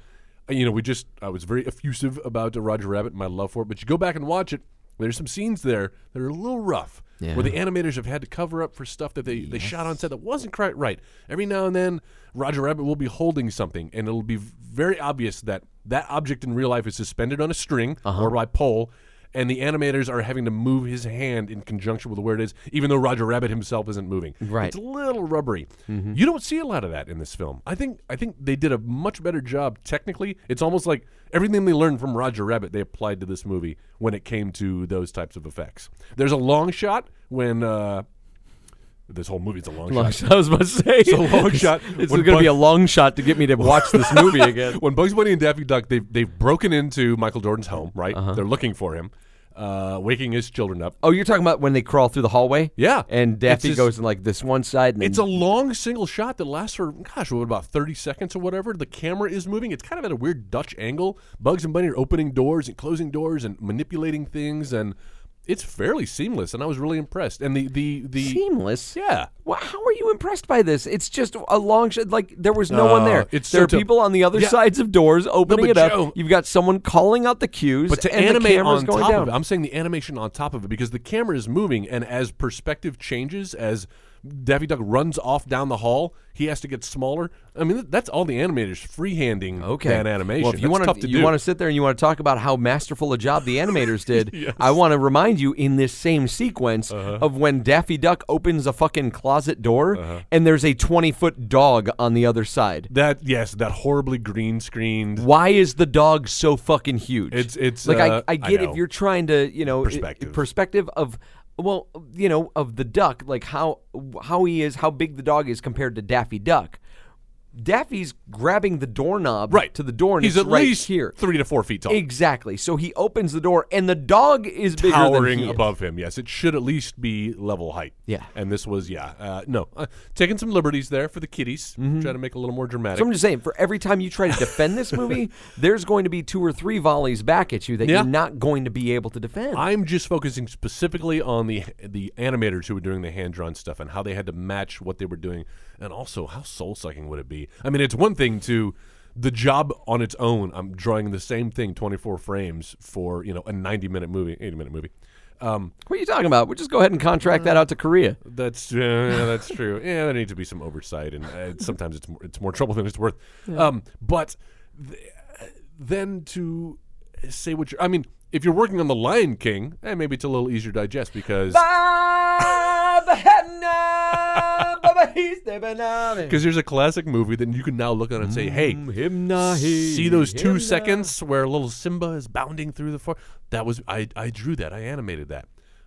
S3: uh, you know, we just I was very effusive about uh, Roger Rabbit and my love for it. But you go back and watch it. There's some scenes there that are a little rough,
S4: Yeah.
S3: where the animators have had to cover up for stuff that they, they shot on set that wasn't quite right. Every now and then, Roger Rabbit will be holding something, and it'll be very obvious that that object in real life is suspended on a string or by pole, and the animators are having to move his hand in conjunction with where it is, even though Roger Rabbit himself isn't moving.
S4: Right.
S3: It's
S4: Mm-hmm.
S3: a little rubbery. You don't see a lot of that in this film. I think I think they did a much better job technically. It's almost like everything they learned from Roger Rabbit they applied to this movie when it came to those types of effects. There's a long shot when uh, this whole movie's a long,
S4: Long
S3: shot.
S4: shot. I was about to say it's
S3: a long shot.
S4: It's
S3: When
S4: going to
S3: Bud-
S4: be a long shot to get me to (laughs) watch this movie
S3: (laughs)
S4: again.
S3: When Bugs Bunny and Daffy Duck they've they've broken into Michael Jordan's home, right?
S4: Uh-huh.
S3: They're looking for him, uh, waking his children up.
S4: (laughs) Oh, you're talking about when they crawl through the hallway?
S3: Yeah.
S4: And
S3: It's
S4: Daffy
S3: just-
S4: goes in like this one side and
S3: It's a
S4: then-
S3: long single shot that lasts for gosh, what about thirty seconds or whatever. The camera is moving. It's kind of at a weird Dutch angle. Bugs and Bunny are opening doors and closing doors and manipulating things, and it's fairly seamless. And I was really impressed. And the the the
S4: seamless.
S3: yeah.
S4: Well, how are you impressed by this? It's just a long shot. Like there was no one
S3: Uh,
S4: there.
S3: it's
S4: there
S3: so
S4: are
S3: to-
S4: people on the other
S3: Yeah.
S4: sides of doors opening
S3: but
S4: it up.
S3: Joe-
S4: You've got someone calling out the cues.
S3: But to
S4: and the
S3: animate
S4: camera's
S3: on
S4: going
S3: top
S4: down.
S3: of it, I'm saying the animation on top of it because the camera is moving, and as perspective changes, as Daffy Duck runs off down the hall, he has to get smaller. I mean, th- that's all the animators freehanding
S4: Okay.
S3: that animation.
S4: Well, if you
S3: That's
S4: want
S3: tough to
S4: you
S3: do.
S4: want to sit there and you want to talk about how masterful a job the
S3: (laughs)
S4: animators did, I want to remind you in this same sequence
S3: Uh-huh.
S4: of when Daffy Duck opens a fucking closet door
S3: Uh-huh.
S4: and there's a 20 foot dog on the other side.
S3: that yes, that horribly green screened.
S4: Why is the dog so fucking huge?
S3: It's- it's,
S4: like
S3: uh,
S4: I, I get
S3: I
S4: if
S3: know.
S4: you're trying to you know i-
S3: Perspective.
S4: perspective of well you know of the duck like how how he is how big the dog is compared to Daffy Duck. Daffy's grabbing the doorknob
S3: Right
S4: to the door and
S3: He's
S4: it's
S3: at
S4: right
S3: least
S4: here.
S3: three to four feet tall,
S4: Exactly. So he opens the door, and the dog is bigger than
S3: towering
S4: he is.
S3: above him. Yes, it should at least be level height.
S4: Yeah.
S3: and this was yeah. Uh, no, uh, taking some liberties there for the kiddies. Try to make it a little more dramatic.
S4: Mm-hmm. So I'm just saying, for every time you try to defend
S3: (laughs)
S4: this movie, there's going to be two or three volleys back at you that
S3: Yeah.
S4: you're not going to be able to defend.
S3: I'm just focusing specifically on the the animators who were doing the hand drawn stuff and how they had to match what they were doing, and also how soul sucking would it be? I mean, it's one thing to the job on its own. I'm drawing the same thing 24 frames for you know a 90 minute movie, 80 minute movie. Um,
S4: what are you talking about? We'll just go ahead and contract that out
S3: (laughs)
S4: to Korea.
S3: that's uh, yeah, that's true. (laughs) Yeah, there needs to be some oversight, and uh, sometimes it's more, it's more trouble than it's worth. Um, but th- then to say what you're, I mean, if you're working on the Lion King, eh, maybe it's a little easier to digest because. Because there's a classic movie that you can now look on and say, "Hey, uh,
S4: uh,
S3: see those two seconds where little Simba is bounding through the forest? That was I. I drew that. I animated that.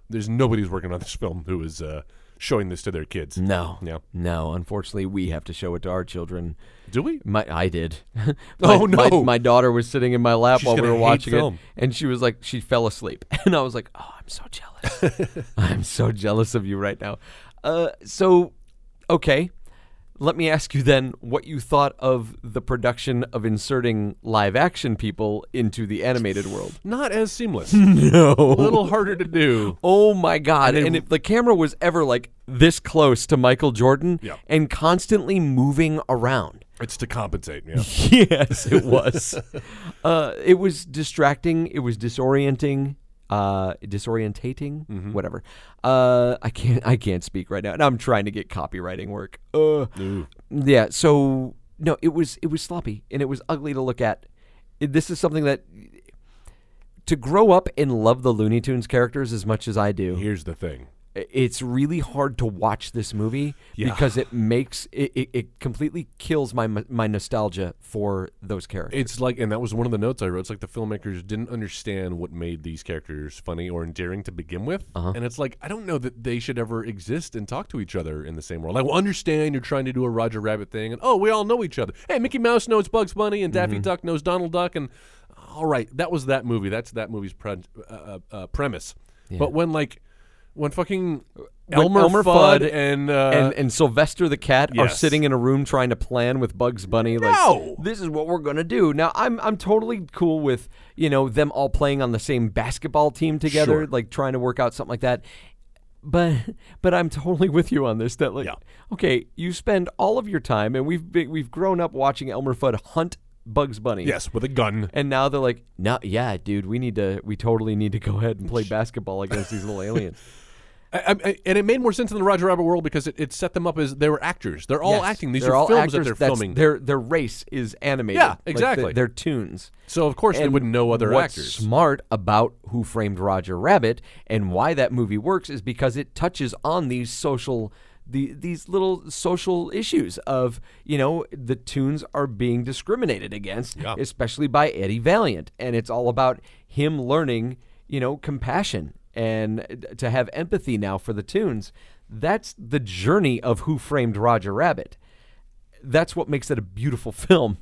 S3: There's nobody's working on this film who is uh, showing this to their kids.
S4: No.
S3: Yeah.
S4: No. Unfortunately, we have to show it to our children.
S3: Do we?
S4: My,
S3: (laughs)
S4: I did. My-
S3: Oh,
S4: my-
S3: no.
S4: My daughter was sitting in my lap
S3: She's
S4: while we
S3: gonna
S4: were
S3: hate
S4: watching
S3: film.
S4: it, and she was like, she fell asleep, (laughs) and I was like, oh, I'm so
S3: (laughs)
S4: jealous. I'm so jealous of you right now. Uh, so, okay, let me ask you then what you thought of the production of inserting live action people into the animated world.
S3: Not as seamless. (laughs) No. A little harder to do.
S4: Oh my God.
S3: then-
S4: And, if the camera was ever like this close to Michael Jordan
S3: Yeah.
S4: and constantly moving around.
S3: It's to compensate. Yeah.
S4: (laughs) Yes, it was. (laughs) uh, it was distracting. It was disorienting. Uh, disorientating. Whatever. Uh, I can't. I can't speak right now, and I'm trying to get copywriting work. Uh, yeah. So no, it was it was sloppy and it was ugly to look at. It- this is something that to grow up and love the Looney Tunes characters as much as I do
S3: Here's the thing.
S4: it's really hard to watch this movie because it makes it, it, it completely kills my my nostalgia for those characters.
S3: It's like, and that was one of the notes I wrote. It's like the filmmakers didn't understand what made these characters funny or endearing to begin with. And it's like, I don't know that they should ever exist and talk to each other in the same world. I will understand you're trying to do a Roger Rabbit thing, and oh, we all know each other. Hey, Mickey Mouse knows Bugs Bunny, and Daffy Duck knows Donald Duck, and all right, that was that movie. That's that movie's pre- uh, uh, uh, premise. But when, like, when fucking Elmer,
S4: Elmer
S3: Fudd,
S4: Fudd
S3: and, uh,
S4: and and Sylvester the cat are
S3: yes.
S4: sitting in a room trying to plan with Bugs Bunny like
S3: No!
S4: this is what we're gonna do. Now I'm I'm totally cool with you know them all playing on the same basketball team together,
S3: Sure.
S4: like trying to work out something like that. But but I'm totally (laughs) with you on this. That like
S3: Yeah.
S4: okay, you spend all of your time, and we've been, we've grown up watching Elmer Fudd hunt Bugs Bunny.
S3: yes, with a gun.
S4: And now they're like, no, yeah, dude, we need to, we totally need to go ahead and
S3: (laughs)
S4: play basketball against these little aliens.
S3: I, I, and it made more sense in the Roger Rabbit world because it, it set them up as they were actors. They're (laughs) all
S4: Yes.
S3: acting. These
S4: They're
S3: are
S4: all
S3: films
S4: actors.
S3: that they're
S4: That's-
S3: filming.
S4: Their their race is animated.
S3: Yeah,
S4: Like, the-
S3: exactly.
S4: their tunes.
S3: so of course they
S4: And
S3: wouldn't know other
S4: what's
S3: actors.
S4: Smart about Who Framed Roger Rabbit and why that movie works is because it touches on these social. The, these little social issues of you know the tunes are being discriminated against especially by eddie valiant and it's all about him learning you know compassion and to have empathy now for the tunes that's the journey of who framed roger rabbit that's what makes it a beautiful (laughs) film.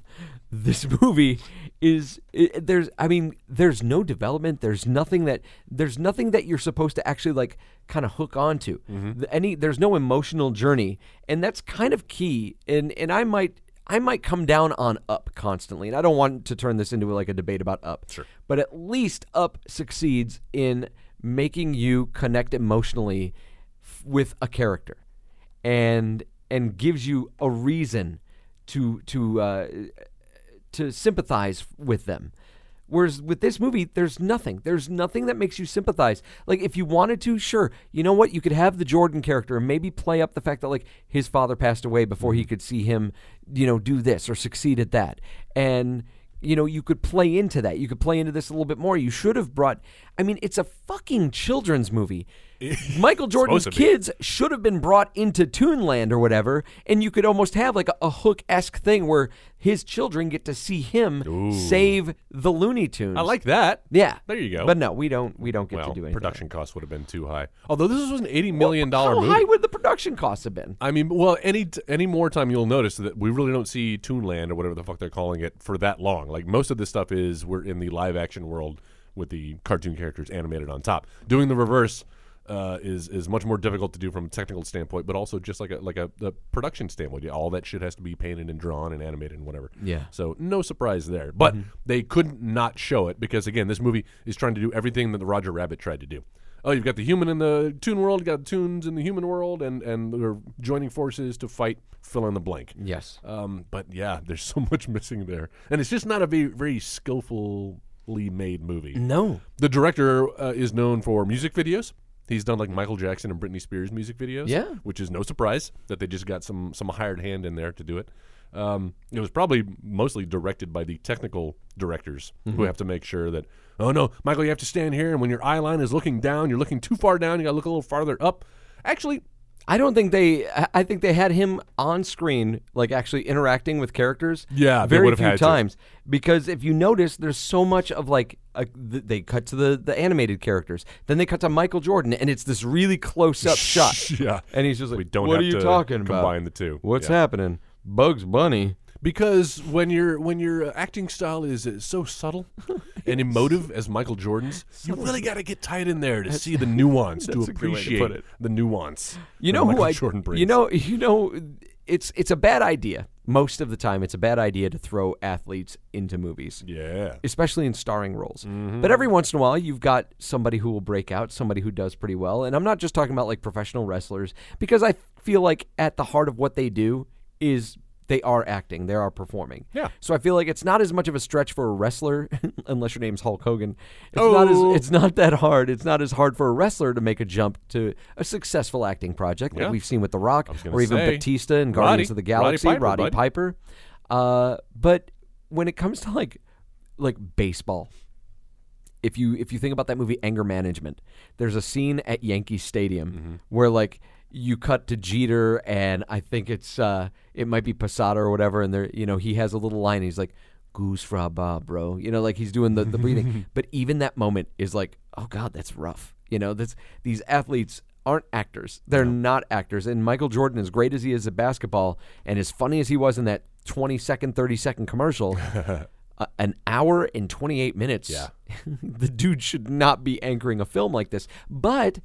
S4: This movie is it, there's I mean there's no development. There's nothing that there's nothing that you're supposed to actually like kind of hook onto. The- Any there's no emotional journey, and that's kind of key. And and I might. I might come down on Up constantly, and I don't want to turn this into like a debate about Up. Sure. But at least Up succeeds in making you connect emotionally f- with a character and and gives you a reason to to uh, to sympathize with them. Whereas with this movie, there's nothing. There's nothing that makes you sympathize. Like if you wanted to, sure, you know what? You could have the Jordan character and maybe play up the fact that like his father passed away before he could see him, you know, do this or succeed at that. And you know, you could play into that. You could play into this a little bit more. You should have brought I mean, it's a fucking children's movie.
S3: (laughs)
S4: Michael Jordan's
S3: supposed to be.
S4: kid kids should have been brought into Toonland or whatever, and you could almost have like a, a hook esque thing where his children get to see him save the Looney Tunes.
S3: I like that.
S4: Yeah,
S3: There you go.
S4: But no, we don't. We don't get
S3: well,
S4: to do anything.
S3: production costs would have been too high. Although this was an eighty million dollar
S4: How
S3: movie.
S4: high would the production costs have been?
S3: I mean, well, any t- any more time you'll notice that we really don't see Toonland or whatever the fuck they're calling it for that long. Like most of this stuff is we're in the live action world with the cartoon characters animated on top. Doing the reverse uh, is is much more difficult to do from a technical standpoint, but also just like a like a, a production standpoint. Yeah, All that shit has to be painted and drawn and animated and whatever.
S4: Yeah.
S3: So no surprise there. But they couldn't not show it because again, this movie is trying to do everything that the Roger Rabbit tried to do. Oh, you've got the human in the tune world, you got tunes in the human world, and and they're joining forces to fight fill in the blank.
S4: Yes.
S3: Um, but yeah, there's (laughs) so much missing there, and it's just not a very very skillfully made movie.
S4: No.
S3: The director uh, is known for music videos. He's done like Michael Jackson and Britney Spears music videos.
S4: Yeah.
S3: which is no surprise that they just got some some hired hand in there to do it. Um, it was probably mostly directed by the technical directors who have to make sure that oh no, Michael, you have to stand here, and when your eye line is looking down, you're looking too far down. You got to look a little farther up. Actually,
S4: I don't think they. I I think they had him on screen, like actually interacting with characters.
S3: Yeah, they
S4: very
S3: would've
S4: few
S3: had to.
S4: times. Because if you notice, there's so much of like a, th- they cut to the the animated characters, then they cut to Michael Jordan, and it's this really close
S3: (laughs)
S4: up shot. (laughs)
S3: Yeah.
S4: and he's just like,
S3: We don't
S4: "What
S3: have
S4: are you
S3: to
S4: talking about?
S3: combine the two.
S4: What's
S3: Yeah.
S4: happening? Bugs Bunny."
S3: because when your when your uh, acting style is uh, so
S4: (laughs)
S3: subtle and emotive as Michael Jordan's, you really got to get tight in there to see the nuance to
S4: (laughs) that's a good way to
S3: appreciate
S4: put it.
S3: the nuance.
S4: You
S3: that
S4: know who
S3: Michael
S4: I
S3: Jordan brings.
S4: You know, you know, it's it's a bad idea. Most of the time, it's a bad idea to throw athletes into movies,
S3: yeah, Mm-hmm.
S4: especially in starring roles. But every once in a while, you've got somebody who will break out, somebody who does pretty well. And I'm not just talking about like professional wrestlers, because I feel like at the heart of what they do is they are acting, they are performing.
S3: Yeah.
S4: So I feel like it's not as much of a stretch for a wrestler, (laughs) unless your name's Hulk Hogan. It's not
S3: Oh.
S4: as it's not that hard. It's not as hard for a wrestler to make a jump to a successful acting project like
S3: Yeah.
S4: we've seen with The Rock
S3: was gonna
S4: or even
S3: say,
S4: Batista and
S3: Roddy-
S4: Guardians of the
S3: Roddy
S4: Galaxy, Roddy
S3: Piper,
S4: Piper.
S3: bud.
S4: Uh, but when it comes to like like baseball, if you if you think about that movie Anger Management, there's a scene at Yankee Stadium where like you cut to Jeter and I think it's uh it might be Posada or whatever, and there you know he has a little line. And he's like goose fra ba bro, you know like he's doing the the breathing. but even that moment is like oh god that's rough. You know that's these athletes aren't actors. They're not actors. And Michael Jordan, as great as he is at basketball, and as funny as he was in that 20 second, 30 second commercial, uh, an hour and 28 minutes. Yeah. (laughs) the dude should not be anchoring a film like this. But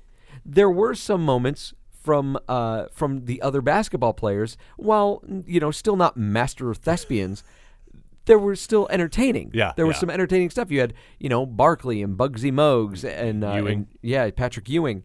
S4: there were some moments from uh, from the other basketball players, while you know still not master thespians, there were still entertaining.
S3: Yeah,
S4: there was
S3: yeah.
S4: some entertaining stuff. You had you know Barkley and Bugsy Mogues and, uh,
S3: Ewing.
S4: and- yeah, Patrick Ewing.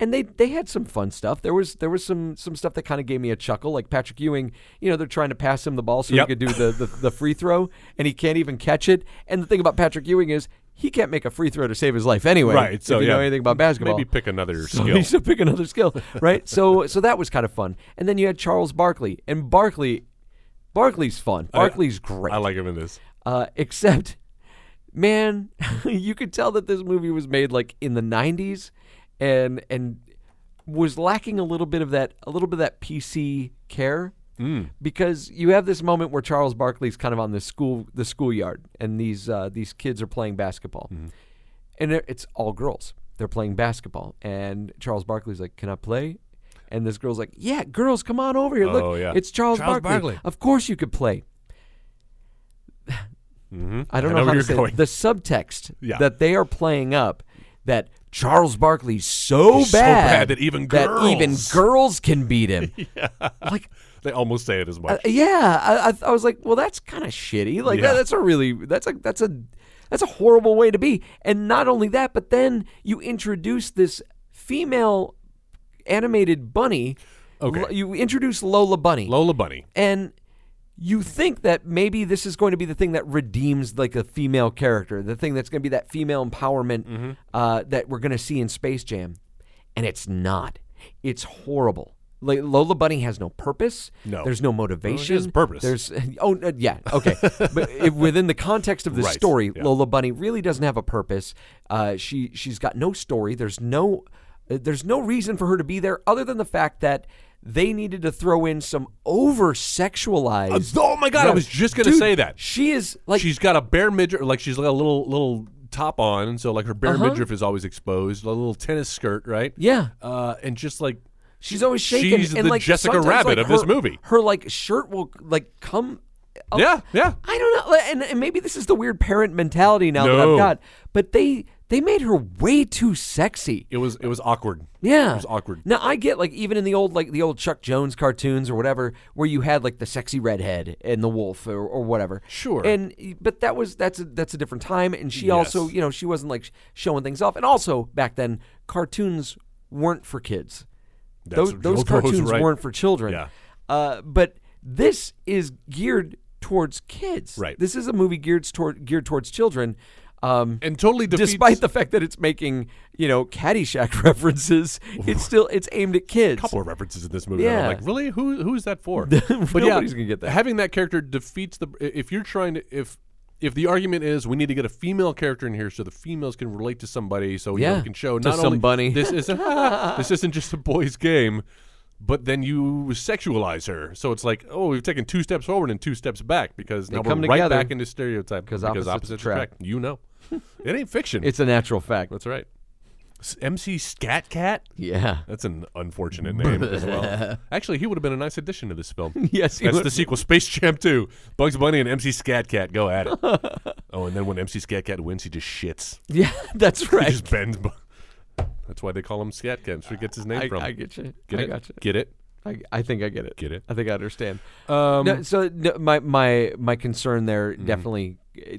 S4: And they, they had some fun stuff. There was there was some some stuff that kind of gave me a chuckle. Like Patrick Ewing, you know, they're trying to pass him the ball so
S3: Yep.
S4: he could do the, the, the free throw, and he can't even catch it. And the thing about Patrick Ewing is he can't make a free throw to save his life anyway.
S3: right.
S4: if
S3: So
S4: you
S3: yeah,
S4: know anything about basketball,
S3: maybe
S4: (laughs)
S3: pick another
S4: so
S3: skill.
S4: he should pick another skill, right? so so that was kind of fun. And then you had Charles Barkley, and Barkley, Barkley's fun. Barkley's great.
S3: I like him in this.
S4: Uh, (laughs) except, man, (laughs) you could tell that this movie was made like in the '90s, and and was lacking a little bit of that a little bit of that PC care.
S3: Hmm.
S4: Because you have this moment where Charles Barkley's kind of on the school the schoolyard, and these uh, these kids are playing basketball,
S3: Mm-hmm.
S4: and they're- it's all girls. They're playing basketball, and Charles Barkley's like, "Can I play?" And this girl's like, "Yeah, girls, come on over here.
S3: Oh,
S4: Look,
S3: yeah.
S4: it's Charles,
S3: Charles
S4: Barkley.
S3: Barkley.
S4: Of course you could play. I don't
S3: I
S4: know,
S3: know
S4: how
S3: where
S4: to
S3: you're
S4: say it.
S3: going.
S4: the subtext
S3: Yeah.
S4: that they are playing up that Charles Barkley's so bad,
S3: so bad that even
S4: that even
S3: girls-
S4: girls can
S3: (laughs)
S4: beat him. Like
S3: They almost say it as
S4: Uh,
S3: much.
S4: yeah, I, I, I was like, well, that's kind of shitty. Like
S3: Yeah.
S4: that, that's a really that's a that's a that's a horrible way to be. And not only that, but then you introduce this female animated bunny.
S3: Okay.
S4: Lo- you introduce Lola Bunny
S3: Lola Bunny.
S4: and you think that maybe this is going to be the thing that redeems like a female character, the thing that's going to be that female empowerment
S3: Mm-hmm.
S4: uh, that we're going to see in Space Jam, and it's not. It's horrible. Like Lola Bunny has no purpose.
S3: No.
S4: there's no motivation.
S3: purpose.
S4: There's (laughs) oh uh, yeah okay, but it, within the context of the
S3: Right,
S4: story,
S3: yeah.
S4: Lola Bunny really doesn't have a purpose. Uh, she she's got no story. There's no uh, there's no reason for her to be there other than the fact that they needed to throw in some over sexualized.
S3: Oh my god, I was just gonna say that.
S4: she is like
S3: she's got a bare midriff, like she's got a little little top on, so like her bare midriff is always exposed, a little tennis skirt, right?
S4: Uh-huh. Yeah.
S3: uh, and just like
S4: she's always shaking.
S3: She's
S4: and,
S3: the
S4: like,
S3: Jessica
S4: sometimes,
S3: Rabbit
S4: like,
S3: of this
S4: her-
S3: movie.
S4: Her like shirt will like come. up-
S3: yeah, yeah.
S4: I don't know, and, and maybe this is the weird parent mentality now that I've
S3: No.
S4: got. But they they made her way too sexy.
S3: It was it was awkward.
S4: Yeah,
S3: it was awkward.
S4: Now I get like even in the old like the old Chuck Jones cartoons or whatever, where you had like the sexy redhead and the wolf or, or whatever.
S3: Sure.
S4: And but that was that's a, that's a different time, and she also
S3: Yes.
S4: you know she wasn't like sh- showing things off, and also back then cartoons weren't for kids.
S3: That's-
S4: those those
S3: those
S4: cartoons
S3: right.
S4: weren't for children.
S3: Yeah.
S4: Uh, but this is geared towards kids.
S3: Right.
S4: This is a movie geared toward geared towards children. Um,
S3: And totally defeats-
S4: despite the fact that it's making you know Caddyshack (laughs) references, it's still it's aimed at kids.
S3: couple of references in this movie. that I'm
S4: Yeah.
S3: like, really? Who who's that for? but
S4: (laughs) Nobody's gonna get that.
S3: Having that character defeats the. If you're trying to, if if the argument is we need to get a female character in here so the females can relate to somebody, so you know,
S4: Yeah.
S3: we can show
S4: To (laughs)
S3: not (laughs)
S4: somebody.
S3: only this isn't this isn't just a boys' game. but then you sexualize her. So it's like, oh, we've taken two steps forward and two steps back because now
S4: come
S3: we're right
S4: together
S3: back into stereotype
S4: because
S3: opposite
S4: opposites attract.
S3: You
S4: (laughs)
S3: know, it ain't fiction.
S4: It's a natural fact.
S3: that's right. S- MC Scat Cat.
S4: Yeah. (laughs)
S3: That's an unfortunate name as well. Actually, he would have been a nice addition to this (laughs) film.
S4: Yes, he
S3: that's
S4: would.
S3: the sequel, Space Jam 2. Bugs Bunny and MC Scat Cat go (laughs) at it. oh, and then when MC Scat Cat wins, he just shits.
S4: (laughs) Yeah, that's
S3: He
S4: right.
S3: just bends. bu- That's why they call him Scat Cat. That's where he gets his name
S4: I,
S3: from.
S4: I get you.
S3: Get
S4: I
S3: it?
S4: got you.
S3: Get it?
S4: I, I think I get it.
S3: Get it?
S4: I think I understand.
S3: Um, Mm-hmm.
S4: No, so no, my my my concern there definitely. uh,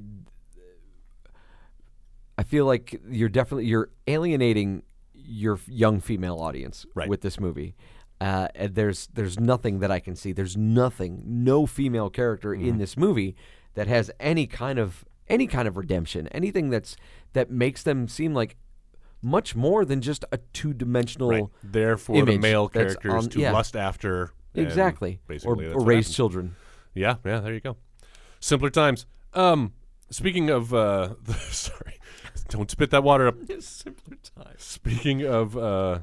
S4: I feel like you're definitely you're alienating your f- young female audience
S3: Right.
S4: with this movie. Uh, and there's there's nothing that I can see. There's nothing, no female character
S3: Mm-hmm.
S4: in this movie that has any kind of any kind of redemption. Anything that's that makes them seem like much more than just a two dimensional.
S3: Right. Therefore, the
S4: image
S3: male
S4: that's
S3: characters
S4: on-
S3: to
S4: yeah.
S3: lust after. and
S4: Exactly,
S3: Basically,
S4: or,
S3: that's
S4: or
S3: what
S4: raise
S3: happens.
S4: children.
S3: Yeah, yeah, there you go. Simpler times. Um, speaking of, uh, (laughs) sorry, don't spit that
S4: (laughs)
S3: water up.
S4: Simpler times.
S3: Speaking of uh,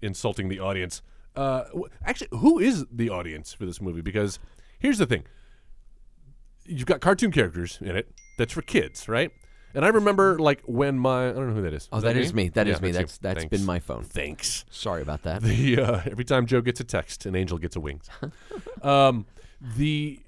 S3: insulting the audience, uh, w- actually, who is the audience for this movie? Because here's the thing: you've got cartoon characters in it that's for kids, right? And I remember, like, when my I don't know who that is.
S4: Oh, that is me. That is
S3: Yeah,
S4: me.
S3: you.
S4: That's that's
S3: Thanks.
S4: been my phone.
S3: thanks
S4: Sorry about that.
S3: the uh, every time Joe gets a text, an angel gets a wings. um, the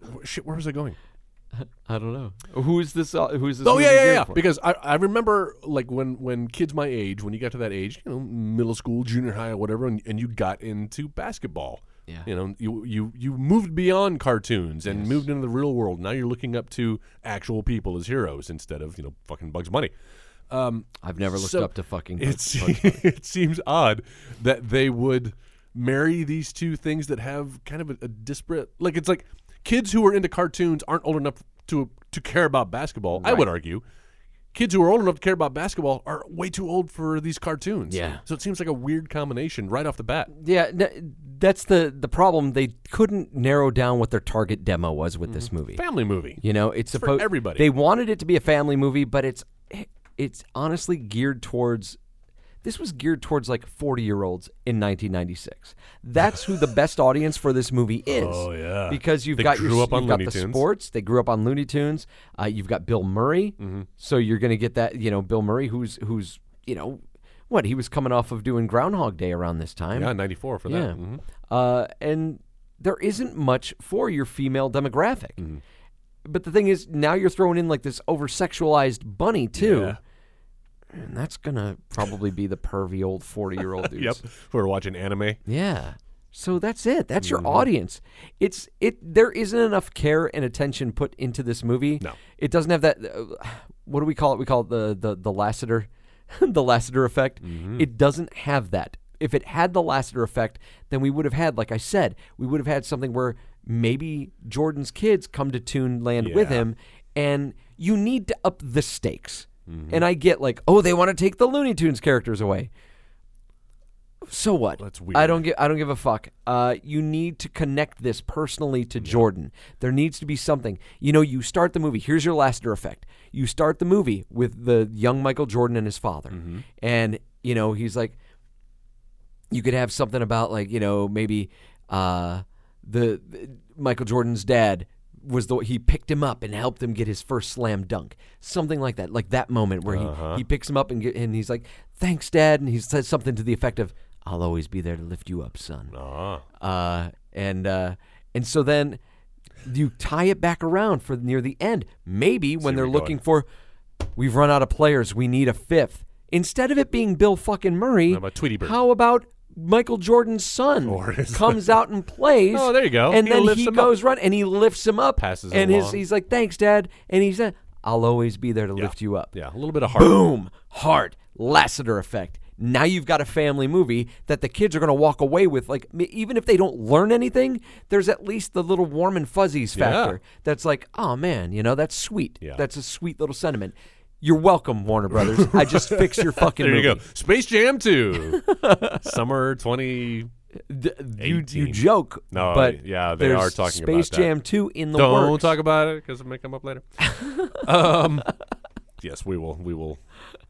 S3: wh- shit. Where was I going?
S4: (laughs) I don't know. Who is this? Uh, who is this?
S3: Oh yeah,
S4: movie
S3: yeah,
S4: geared
S3: yeah.
S4: for?
S3: Because I, I remember like when when kids my age, when you got to that age, you know, middle school, junior high, or whatever, and, and you got into basketball.
S4: Yeah.
S3: You know, you you you moved beyond cartoons and moved into the real world. Now you're looking up to actual people as heroes instead of you know fucking Bugs Bunny.
S4: I've never looked
S3: So,
S4: up to fucking.
S3: it, se- (laughs) it seems odd that they would marry these two things that have kind of a, a disparate like it's like kids who are into cartoons aren't old enough to to care about basketball i would argue kids who are old enough to care about basketball are way too old for these cartoons
S4: Yeah.
S3: so it seems like a weird combination right off the bat
S4: (laughs) yeah, n- that's the the problem. They couldn't narrow down what their target demo was with this movie.
S3: family movie
S4: You know, it's
S3: for
S4: supposed
S3: everybody.
S4: They wanted it to be a family movie, but it's it's honestly geared towards. This was geared towards like forty year olds in 1996. That's who the best audience for this movie is.
S3: (laughs) Oh, yeah.
S4: because you've
S3: They
S4: got your,
S3: grew
S4: s-
S3: up on
S4: you've got
S3: Looney
S4: the
S3: Tunes.
S4: sports. They grew up on Looney Tunes. Uh, you've got Bill Murray,
S3: Mm-hmm.
S4: so you're going to get that. You know, Bill Murray, who's who's you know what he was coming off of doing Groundhog Day around this time.
S3: yeah 94 for that
S4: Yeah.
S3: Mhm.
S4: Uh, and there isn't much for your female demographic.
S3: Mm-hmm.
S4: But the thing is, now you're throwing in like this over sexualized bunny, too.
S3: Yeah.
S4: And that's going to probably be the pervy old 40 year old
S3: (laughs)
S4: dudes.
S3: yep who are watching anime
S4: Yeah. So that's it. That's your
S3: Mm-hmm.
S4: audience. It's it. There isn't enough care and attention put into this movie.
S3: No.
S4: it doesn't have that. Uh, what do we call it? We call it the the the Lassiter, (laughs) the Lassiter effect.
S3: Mm-hmm.
S4: It doesn't have that. If it had the Lassiter effect, then we would have had, like I said, we would have had something where maybe Jordan's kids come to Toon Land with
S3: Yeah.
S4: him, and you need to up the stakes.
S3: Mm-hmm.
S4: And I get like, oh, they want to take the Looney Tunes characters away. So what?
S3: That's
S4: I
S3: weird.
S4: don't give. I don't give a fuck. Uh, you need to connect this personally to Jordan. There needs to be something. You know, you start the movie. Here's your Lassiter effect. You start the movie with the young Michael Jordan and his father,
S3: Mm-hmm.
S4: and you know he's like, you could have something about like you know maybe uh, the, the Michael Jordan's dad was the he picked him up and helped him get his first slam dunk, something like that, like that moment where he, he picks him up and get, and he's like, "Thanks, Dad," and he says something to the effect of, "I'll always be there to lift you up, son."
S3: ah
S4: Uh, and uh, and so then you tie it back around for near the end. Maybe when they're
S3: we go.
S4: looking for, we've run out of players. We need a fifth. Instead of it being Bill fucking Murray,
S3: How about Tweety Bird?
S4: How about Michael Jordan's
S3: (laughs)
S4: son
S3: Or his-
S4: comes out and plays?
S3: Oh, there you go.
S4: And
S3: He
S4: then
S3: lifts
S4: he
S3: him up.
S4: goes run and he lifts him up.
S3: Passes it
S4: and his
S3: along.
S4: he's like, "Thanks, Dad," and he said, "I'll always be there to lift you up."
S3: yeah a little bit of heart
S4: boom, heart, Lassiter effect. Now you've got a family movie that the kids are going to walk away with. Like, m- even if they don't learn anything, there's at least the little warm and fuzzies factor that's like, oh man, you know, that's sweet.
S3: Yeah.
S4: That's a sweet little sentiment. You're welcome, Warner Brothers.
S3: (laughs)
S4: I just fix your fucking
S3: there
S4: movie.
S3: you go space jam
S4: (laughs)
S3: 2 summer 20
S4: D- you, you
S3: 18.
S4: joke,
S3: No,
S4: but
S3: yeah, they
S4: there's
S3: are talking about
S4: Space
S3: that.
S4: Jam 2 in the
S3: Don't
S4: works.
S3: talk about it because it may come up later. (laughs) um, yes, we will. We will.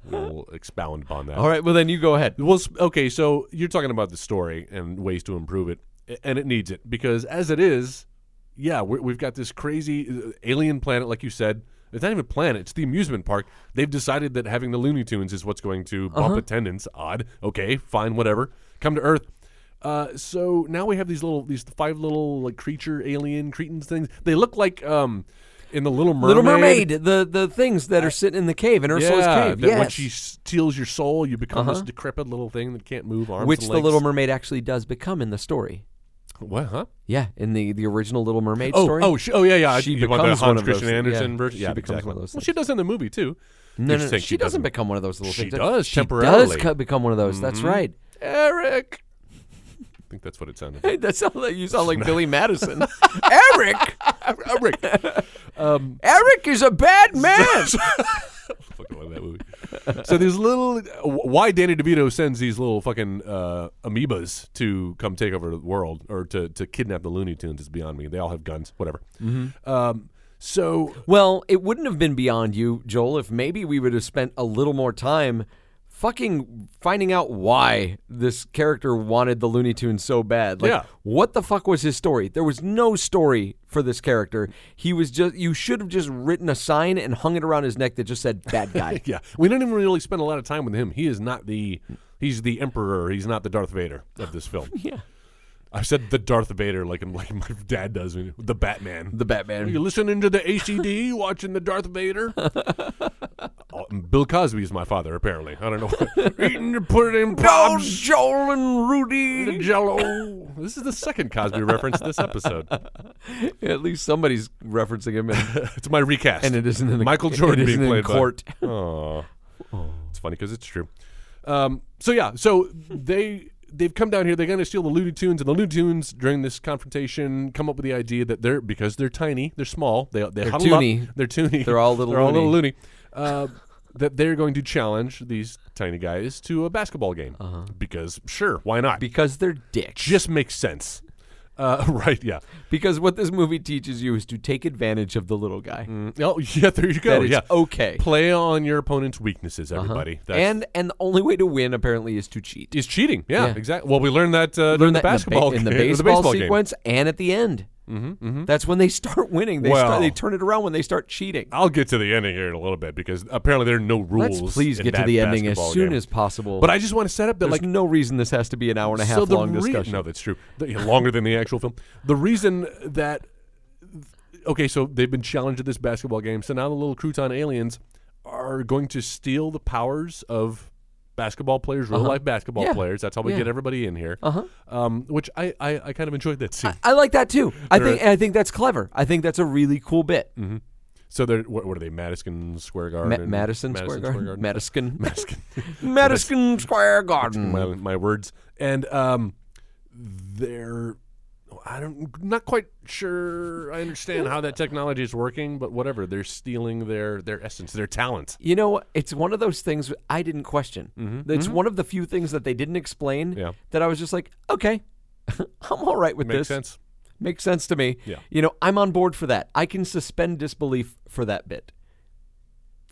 S3: We will expound upon that.
S4: All right, well then you go ahead.
S3: Well, s- okay, so you're talking about the story and ways to improve it, a- and it needs it because as it is, yeah, we we've got this crazy uh, alien planet, like you said. It's not even a planet; it's the amusement park. They've decided that having the Looney Tunes is what's going to bump
S4: Uh-huh.
S3: attendance. Odd. Okay, fine, whatever. Come to Earth. Uh, so now we have these little, these five little like creature alien cretins things. They look like um, in the Little Mermaid.
S4: Little Mermaid, the the things that are sitting in the cave in Ursula's
S3: yeah,
S4: cave.
S3: that
S4: yes. Uh-huh.
S3: when she steals your soul, you become this decrepit little thing that can't move arms.
S4: which
S3: and
S4: the Little
S3: legs.
S4: Mermaid actually does become in the story.
S3: what? Huh?
S4: Yeah, in the the original Little Mermaid
S3: Oh,
S4: story.
S3: oh, she, oh, yeah, yeah.
S4: She
S3: you want the
S4: becomes
S3: Hans
S4: one of
S3: Christian
S4: those- yeah,
S3: Andersen version.
S4: she
S3: Yeah,
S4: becomes
S3: exactly.
S4: one of those
S3: Well, she does in the movie too.
S4: no,
S3: You
S4: no,
S3: just
S4: no,
S3: think
S4: she doesn't become one of those little
S3: She
S4: things.
S3: does
S4: She does
S3: temporarily. Mm-hmm.
S4: co- become one of those. That's right. (laughs)
S3: Eric. I think that's what it sounded. like.
S4: That sounds like you sound like Billy Madison. (laughs)
S3: (laughs)
S4: Eric,
S3: Eric.
S4: Eric is a bad man.
S3: fucking love that movie. so these little, why Danny DeVito sends these little fucking uh, amoebas to come take over the world or to, to kidnap the Looney Tunes is beyond me. They all have guns, whatever. Um, so
S4: (laughs) well, it wouldn't have been beyond you, Joel, if maybe we would have spent a little more time fucking finding out why this character wanted the Looney Tunes so bad. Like,
S3: Yeah.
S4: what the fuck was his story? There was no story for this character. He was just. You should have just written a sign and hung it around his neck that just said
S3: (laughs)
S4: "bad guy."
S3: yeah, we didn't even really spend a lot of time with him. He is not the he's the emperor. He's not the Darth Vader of this film.
S4: yeah.
S3: I said the Darth Vader like like my dad does. when- The Batman.
S4: The Batman.
S3: Are you listening to the ACD, watching the Darth
S4: (laughs)
S3: Vader? Oh, Bill Cosby is my father, apparently. I don't
S4: (laughs)
S3: know. Eating the pudding
S4: Oh,
S3: pops,
S4: Joel and
S3: the
S4: Rudy.
S3: Jello. This is the second Cosby reference this episode. (laughs)
S4: At least somebody's referencing him, and,
S3: It's my recast,
S4: and it isn't (laughs) in the
S3: Michael Jordan
S4: it isn't
S3: being
S4: in
S3: played by-
S4: court.
S3: (laughs) Aw. It's funny because it's true. Um, so yeah, so they they've come down here. They're going to steal the Looney Tunes, and the Looney Tunes during this confrontation come up with the idea that they're because they're tiny, they're small, they they huddle
S4: toony.
S3: up, they're toony,
S4: They're all little
S3: (laughs) they're all little
S4: loony.
S3: loony. Uh, that they're going to challenge these tiny guys to a basketball game
S4: Uh-huh.
S3: because sure, why not?
S4: because they're dicks.
S3: Just makes sense. Uh, (laughs) right? Yeah.
S4: because what this movie teaches you is to take advantage of the little guy.
S3: Oh yeah. There you go.
S4: That it's
S3: yeah.
S4: okay. Uh-huh.
S3: Play on your opponent's weaknesses, everybody. That's
S4: and and the only way to win apparently is to cheat.
S3: is cheating. Yeah,
S4: Yeah.
S3: exactly. Well, we learned that uh, during
S4: Learn
S3: the (laughs)
S4: that in the ba-
S3: basketball
S4: in the,
S3: game-
S4: baseball,
S3: game.
S4: sequence and at the end. Mm-hmm, That's when they start winning. They
S3: Well.
S4: start, they turn it around when they start cheating.
S3: I'll get to the ending here in a little bit because apparently there are no rules.
S4: Let's please
S3: in
S4: get to
S3: that
S4: the ending as
S3: basketball
S4: soon
S3: game.
S4: as possible.
S3: But I just want to set up that
S4: there's
S3: like
S4: no reason this has to be an hour and a half
S3: so the
S4: long
S3: rea-
S4: discussion.
S3: No, that's true. The- yeah, longer than the actual film. The reason that okay, so they've been challenged at this basketball game. So now the little crouton aliens are going to steal the powers of basketball players, real life basketball
S4: Uh-huh. Yeah.
S3: players. That's how we
S4: Yeah.
S3: get everybody in here. Uh-huh. Um, which I, I I kind of enjoyed that scene.
S4: I like that too. I
S3: There-
S4: think and I think that's clever. I think that's a really cool bit.
S3: So they're what, what are they? Madison Square Garden.
S4: Ma- Madison, Square Garden. (laughs) Madison. Madison Square Garden.
S3: my, my words. And um, they're I don't not quite sure I understand how that technology is working, but whatever. They're stealing their their essence, their talent.
S4: You know, it's one of those things I didn't question. It's one of the few things that they didn't explain
S3: Yeah.
S4: that I was just like, okay, (laughs) I'm all right with
S3: Makes
S4: this.
S3: sense.
S4: Makes sense to me.
S3: Yeah.
S4: You know, I'm on board for that. I can suspend disbelief for that bit.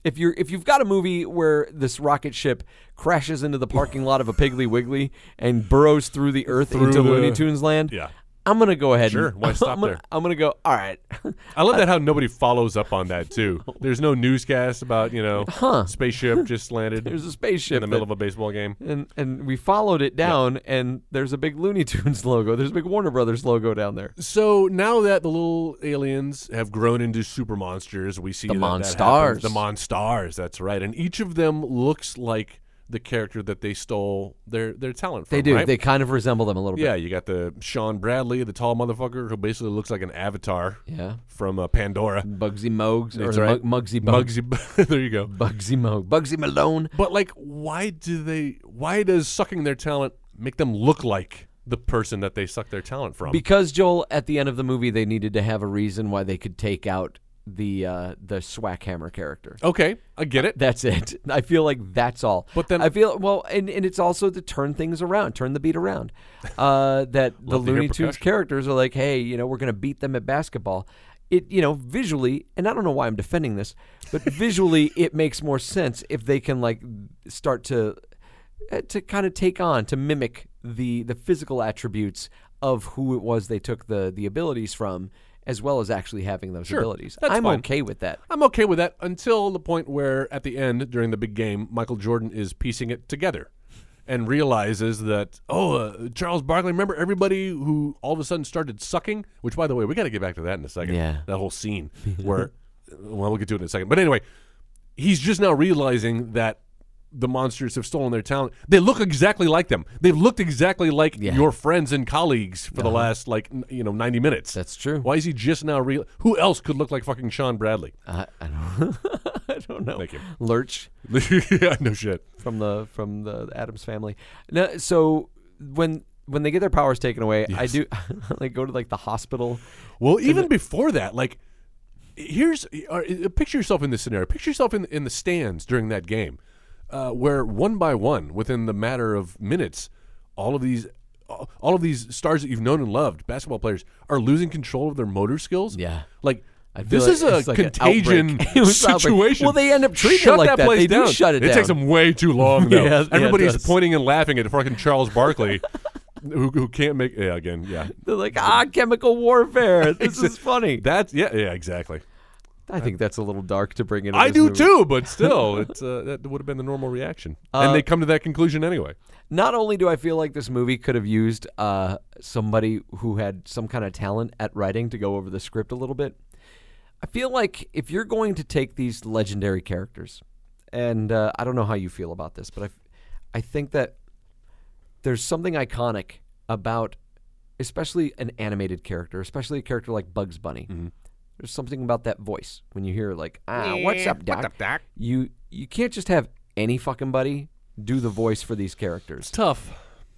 S4: If you're if you've got a movie where this rocket ship crashes into the parking lot of a Piggly Wiggly and burrows through the earth into
S3: the-
S4: Looney Tunes land,
S3: Yeah.
S4: I'm gonna go ahead.
S3: Sure,
S4: and,
S3: why stop
S4: (laughs) I'm gonna,
S3: there?
S4: I'm gonna go. All right. (laughs)
S3: I love that how nobody follows up on that too. There's no newscast about you know spaceship just landed
S4: (laughs) There's a spaceship
S3: in the middle
S4: that-
S3: of a baseball game.
S4: and and we followed it down, and there's a big Looney Tunes (laughs) logo. There's a big Warner Brothers logo down there.
S3: So now that the little aliens have grown into super monsters, we see
S4: The
S3: that- that
S4: Monstars.
S3: happens. the monstars. That's right, and each of them looks like the character that they stole their their talent from.
S4: They do.
S3: right?
S4: They kind of resemble them a little
S3: yeah,
S4: bit.
S3: you got the Sean Bradley, the tall motherfucker who basically looks like an avatar
S4: Yeah.
S3: from uh, Pandora.
S4: Bugsy Mogs or
S3: That's
S4: the
S3: right.
S4: Mug- Mugsy Bug.
S3: Mugsy, (laughs) there you go.
S4: Bugsy Moog. Bugsy Malone.
S3: But like, why do they? Why does sucking their talent make them look like the person that they suck their talent from?
S4: Because Joel, at the end of the movie, they needed to have a reason why they could take out the uh, the Swackhammer character.
S3: okay, I get it.
S4: That's it. I feel like that's all.
S3: But then-
S4: I feel well, and, and it's also to turn things around, turn the beat around.
S3: (laughs)
S4: Uh, that
S3: to hear
S4: the Looney Tunes
S3: percussion.
S4: characters are like, hey, you know, we're gonna beat them at basketball. it you know visually, and I don't know why I'm defending this,
S3: (laughs)
S4: but visually it makes more sense if they can like start to uh, to kind of take on to mimic the the physical attributes of who it was they took the the abilities from, as well as actually having those abilities.
S3: that's
S4: I'm
S3: fine.
S4: okay with that.
S3: I'm okay with that until the point where, at the end, during the big game, Michael Jordan is piecing it together and realizes that, oh, uh, Charles Barkley, remember everybody who all of a sudden started sucking? Which, by the way, we got to get back to that in a second.
S4: Yeah.
S3: That whole scene where, (laughs) well, we'll get to it in a second. But anyway, he's just now realizing that the monsters have stolen their talent. They look exactly like them. They've looked exactly like your friends and colleagues for the last, like, n- you know, 90 minutes.
S4: Uh-huh. That's true.
S3: Why is he just now real? Who else could look like fucking Sean Bradley?
S4: I, I don't (laughs) I don't know.
S3: Thank you.
S4: Lurch.
S3: (laughs) yeah, no shit.
S4: from the from the Adams family. No, so when when they get their powers taken away, I do (laughs) like go to like the hospital.
S3: Well, even before that, like, here's uh, picture yourself in this scenario. Picture yourself in in the stands during that game, uh, where one by one, within the matter of minutes, all of these. uh, All of these stars that you've known and loved, basketball players, are losing control of their motor skills.
S4: Yeah.
S3: like
S4: I
S3: this
S4: feel like
S3: is a
S4: it's like an
S3: contagion
S4: outbreak. (laughs) It was an outbreak.
S3: situation.
S4: Well, they end up treating it
S3: shut
S4: like that.
S3: place
S4: They do
S3: down.
S4: shut it
S3: It takes
S4: down.
S3: them way too long. Though.
S4: (laughs) Yeah, yeah, it
S3: everybody's
S4: does.
S3: pointing and laughing at fucking Charles Barkley, (laughs) who, who can't make. Yeah, again,
S4: (laughs)
S3: yeah,
S4: They're like, ah,
S3: (laughs)
S4: chemical warfare. This is funny.
S3: That's yeah, yeah, exactly.
S4: I think that's a little dark to bring in.
S3: I do too, but
S4: (laughs)
S3: still, it's uh, that would have been the normal reaction,
S4: Uh,
S3: and they come to that conclusion anyway.
S4: Not only do I feel like this movie could have used uh, somebody who had some kind of talent at writing to go over the script a little bit, I feel like if you're going to take these legendary characters, and uh, I don't know how you feel about this, but I, I think that there's something iconic about, especially an animated character, especially a character like Bugs Bunny. There's something about that voice when you hear like, ah, what's up, doc? You you can't just have any fucking buddy do the voice for these characters.
S3: Tough.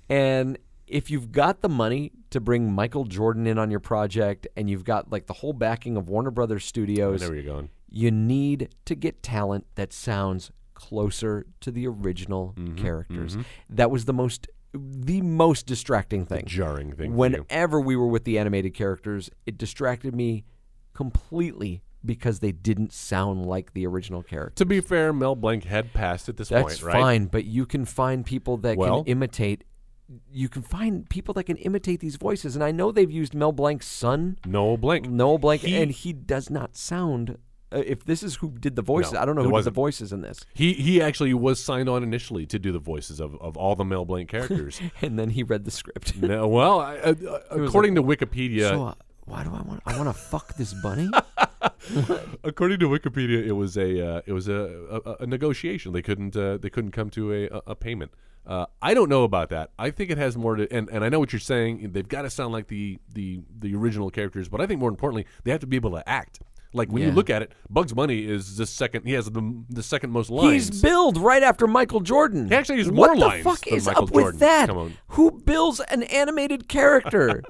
S4: And if you've got the money to bring Michael Jordan in on your project and you've got like the whole backing of Warner Brothers Studios,
S3: There you're going.
S4: you need to get talent that sounds closer to the original
S3: Mm-hmm,
S4: characters. That was the most the most distracting thing.
S3: jarring thing for you.
S4: Whenever we were with the animated characters, it distracted me completely because they didn't sound like the original character.
S3: To be fair, Mel Blanc had passed at this
S4: That's
S3: point, right?
S4: fine, but you can find people that
S3: Well-
S4: can imitate. You can find people that can imitate these voices, and I know they've used Mel Blanc's son,
S3: Noel Blanc.
S4: Noel Blanc,
S3: He-
S4: and he does not sound. Uh, if this is who did the voices,
S3: No,
S4: I don't know
S3: it
S4: who did
S3: wasn't.
S4: the voices
S3: (laughs)
S4: in this.
S3: He he actually was signed on initially to do the voices of, of all the Mel Blanc
S4: (laughs)
S3: characters.
S4: And then he read the script.
S3: no, well, I, uh, uh, according to Wikipedia,
S4: So, uh, why do I want? I want to fuck this bunny.
S3: according to Wikipedia, it was a uh, it was a, a, a negotiation. They couldn't uh, they couldn't come to a, a, a payment. Uh, I don't know about that. I think it has more to and, and I know what you're saying. They've got to sound like the, the the original characters, but I think more importantly, they have to be able to act. Like when
S4: Yeah.
S3: you look at it, Bugs Bunny is the second. He has the the second most (laughs) lines.
S4: He's billed right after Michael Jordan.
S3: He actually has
S4: what
S3: more
S4: the
S3: lines
S4: fuck
S3: than
S4: is
S3: Michael
S4: up with
S3: Jordan.
S4: that?
S3: Come on.
S4: Who bills an
S3: (laughs)
S4: animated character?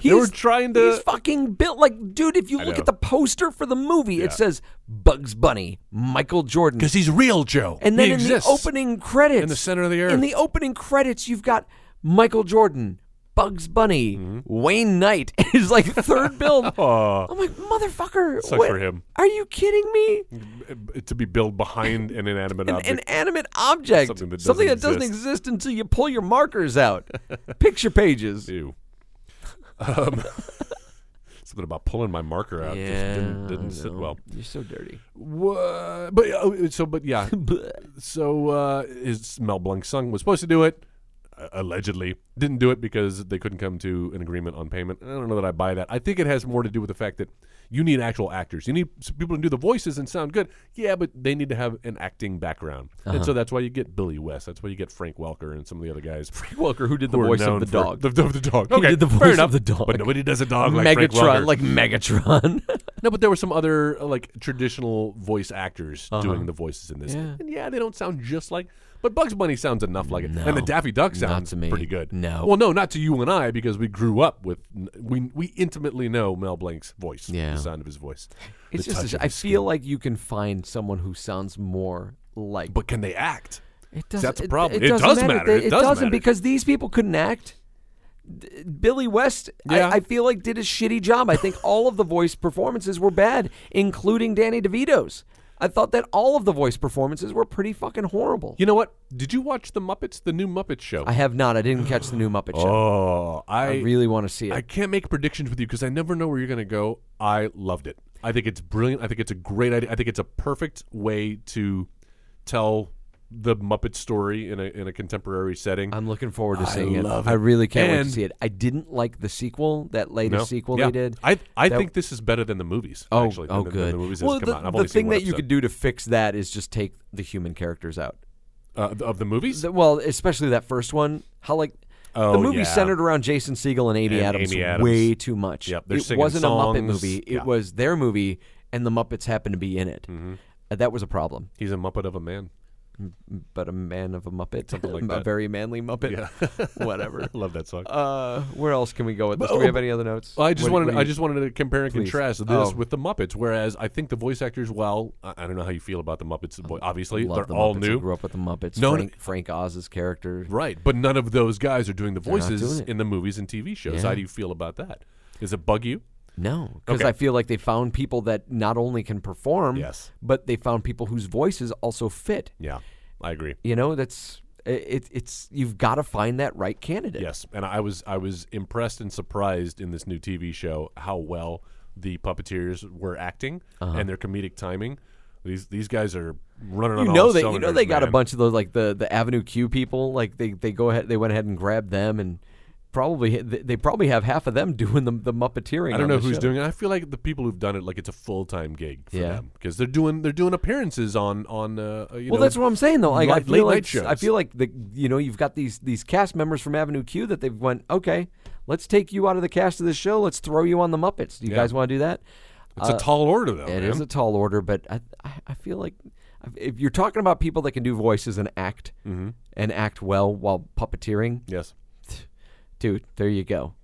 S4: He's,
S3: were trying to-
S4: He's fucking built like, dude. If you look
S3: know.
S4: at the poster for the movie, it says Bugs Bunny, Michael Jordan,
S3: he's real, Joe.
S4: and then
S3: He
S4: in
S3: exists.
S4: the opening credits,
S3: in the center of the
S4: in
S3: earth.
S4: the opening credits, you've got Michael Jordan, Bugs Bunny,
S3: Mm-hmm.
S4: Wayne Knight (laughs) is like
S3: (laughs)
S4: third build. I'm like, motherfucker,
S3: Sucks
S4: what-
S3: for him.
S4: Are you kidding me?
S3: to be built behind an
S4: (laughs)
S3: inanimate
S4: an
S3: object.
S4: inanimate object,
S3: Something that doesn't
S4: exist. until you pull your
S3: (laughs)
S4: markers out, picture pages.
S3: Ew. Um, (laughs) something about pulling my marker out just didn't, didn't sit well.
S4: You're so dirty.
S3: Wha- But uh, so, but
S4: (laughs)
S3: yeah. so uh, his Mel Blanc sung was supposed to do it, uh, allegedly. Didn't do it because they couldn't come to an agreement on payment. I don't know that I buy that. I think it has more to do with the fact that you need actual actors. You need s- people to do the voices and sound good. Yeah, but they need to have an acting background,
S4: Uh-huh.
S3: and so that's why you get Billy West. That's why you get Frank Welker and some of the other
S4: (laughs)
S3: guys. Frank
S4: Welker, who did the
S3: who are
S4: voice of
S3: known
S4: (laughs) the
S3: for-
S4: dog,
S3: The, of the dog. Okay,
S4: did the
S3: fair
S4: voice of
S3: enough.
S4: the dog.
S3: But nobody does a dog like Frank
S4: Megatron,
S3: Welker.
S4: like Megatron. (laughs)
S3: No, but there were some other uh, like traditional voice actors doing the voices in this.
S4: Uh-huh. Yeah.
S3: And yeah, they don't sound just like. But Bugs Bunny sounds enough like it, and the Daffy Duck sounds
S4: to me.
S3: pretty good.
S4: No.
S3: well, no, not to you and I because we grew up with we we intimately know Mel Blanc's voice,
S4: Yeah.
S3: the sound of his voice.
S4: it's
S3: the touch
S4: just,
S3: of
S4: I
S3: his
S4: feel like you can find someone who sounds more like.
S3: But can they act?
S4: it
S3: that's the
S4: it-
S3: problem.
S4: It,
S3: It
S4: doesn't
S3: does
S4: matter.
S3: matter.
S4: They- It,
S3: It does
S4: doesn't
S3: matter.
S4: because these people couldn't act. D- Billy West,
S3: Yeah.
S4: I, I feel like did a shitty job. I think all of the voice performances were bad, including Danny DeVito's. I thought that all of the voice performances were pretty fucking horrible.
S3: You know what? Did you watch the Muppets, the new Muppet Show?
S4: I have not. I didn't catch the new Muppet Show.
S3: oh, I,
S4: I really want to see it.
S3: I can't make predictions with you because I never know where you're going to go. I loved it. I think it's brilliant. I think it's a great idea. I think it's a perfect way to tell the Muppet story in a in a contemporary setting.
S4: I'm looking forward to
S3: I
S4: seeing it.
S3: love
S4: I
S3: it.
S4: really can't wait to
S3: And-
S4: see it. I didn't like the sequel, that
S3: No?
S4: latest sequel
S3: Yeah.
S4: they did.
S3: I I
S4: That-
S3: think this is better than the movies.
S4: oh,
S3: actually,
S4: oh,
S3: than, the-
S4: good.
S3: Than the movies
S4: well,
S3: that's
S4: the,
S3: come out. I've
S4: the
S3: only seen
S4: thing
S3: one
S4: that you
S3: episode.
S4: could do to fix that is just take the human characters out.
S3: uh, of the movies.
S4: The- well, especially that first one. How like the
S3: Oh,
S4: movie
S3: yeah.
S4: centered around Jason Segel and Amy,
S3: And
S4: Adams,
S3: Amy Adams.
S4: way too much.
S3: Yep, they're
S4: it
S3: singing
S4: wasn't a Muppet
S3: songs.
S4: movie. It
S3: Yeah. Mm-hmm.
S4: was their movie, and the Muppets happened to be in it. Uh, that was a problem.
S3: He's a Muppet of a
S4: (laughs)
S3: man.
S4: But a man of a Muppet,
S3: Something like
S4: (laughs) a
S3: that.
S4: very manly Muppet, (laughs) whatever.
S3: I love that song.
S4: Uh, where else can we go with this? Do we
S3: oh,
S4: have any other notes?
S3: Well, I just
S4: What-
S3: wanted
S4: what do
S3: I
S4: you-
S3: just wanted to compare and
S4: Please.
S3: contrast this
S4: Oh.
S3: with the Muppets. Whereas I think the voice actors, well, I, I don't know how you feel about the Muppets. Boy, obviously
S4: love
S3: they're
S4: the
S3: all
S4: Muppets. I
S3: new,
S4: grew up with the Muppets.
S3: No, no-
S4: Frank, Frank Oz's character.
S3: right? But none of those guys are doing the
S4: not
S3: voices
S4: doing it.
S3: in the movies and TV shows.
S4: Yeah.
S3: How do you feel about that? Does it bug you?
S4: No, because
S3: Okay.
S4: I feel like they found people that not only can perform,
S3: Yes.
S4: but they found people whose voices also fit.
S3: Yeah, I agree.
S4: You know, that's i- it, it's you've got to find that right candidate.
S3: Yes, and I was I was impressed and surprised in this new TV show how well the puppeteers were acting
S4: Uh-huh.
S3: and their comedic timing. These these guys are running
S4: You
S3: on
S4: know
S3: all
S4: that you know
S3: cylinders,
S4: they got a
S3: man.
S4: bunch of those like the the Avenue Q people like they they go ahead they went ahead and grabbed them and probably they they probably have half of them (laughs) doing the the Muppeteering.
S3: I don't
S4: on
S3: know
S4: the
S3: who's
S4: show.
S3: doing it. I feel like the people who've done it, like it's a full time gig for
S4: Yeah.
S3: them because they're doing they're doing appearances on on. Uh, you
S4: Well,
S3: know,
S4: that's what I'm saying though. Like, I
S3: light-
S4: feel
S3: late
S4: like
S3: night shows.
S4: I feel like the you know you've got these these cast members from Avenue Q that they've went okay. Let's take you out of the cast of this show. Let's throw you on the Muppets. Do you
S3: Yeah.
S4: guys want to do that?
S3: it's a tall order though.
S4: uh, It
S3: man.
S4: is a tall order, but I I I feel like if you're talking about people that can do voices and act
S3: Mm-hmm.
S4: and act well while puppeteering,
S3: yes.
S4: dude, there you go.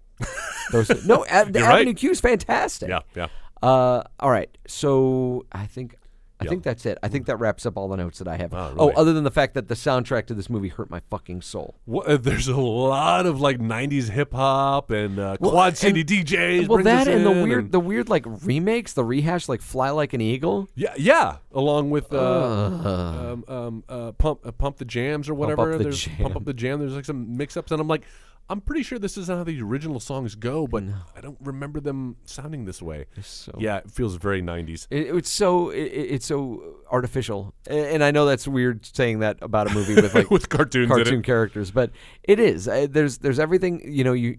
S4: Those,
S3: (laughs)
S4: no, A- the
S3: You're right.
S4: Avenue Q is fantastic.
S3: Yeah. Yeah.
S4: Uh, all right. So I think I
S3: Yeah.
S4: think that's it. I think that wraps up all the notes that I have.
S3: Wow,
S4: Oh,
S3: really?
S4: other than the fact that the soundtrack to this movie hurt my fucking soul.
S3: What, uh, there's a lot of like '90s hip hop and uh,
S4: Well,
S3: Quad
S4: and-
S3: City DJs.
S4: well,
S3: brings us
S4: that and the
S3: in
S4: weird,
S3: and-
S4: the weird like remakes, the rehash like "Fly Like an Eagle."
S3: yeah, yeah, along with uh, um, um, uh, pump uh, pump the jams or whatever.
S4: Up the
S3: there's pump
S4: Jam.
S3: up the jam. There's like some mix-ups, and I'm like, I'm pretty sure this isn't how the original songs go, but I don't remember them sounding this way.
S4: So
S3: Yeah, it feels very '90s.
S4: It, it's so it, it- it's so artificial, A- and I know that's weird saying that about a
S3: (laughs)
S4: movie with like
S3: With cartoons in
S4: cartoon
S3: it.
S4: characters, but it is. Uh, there's there's everything you know. You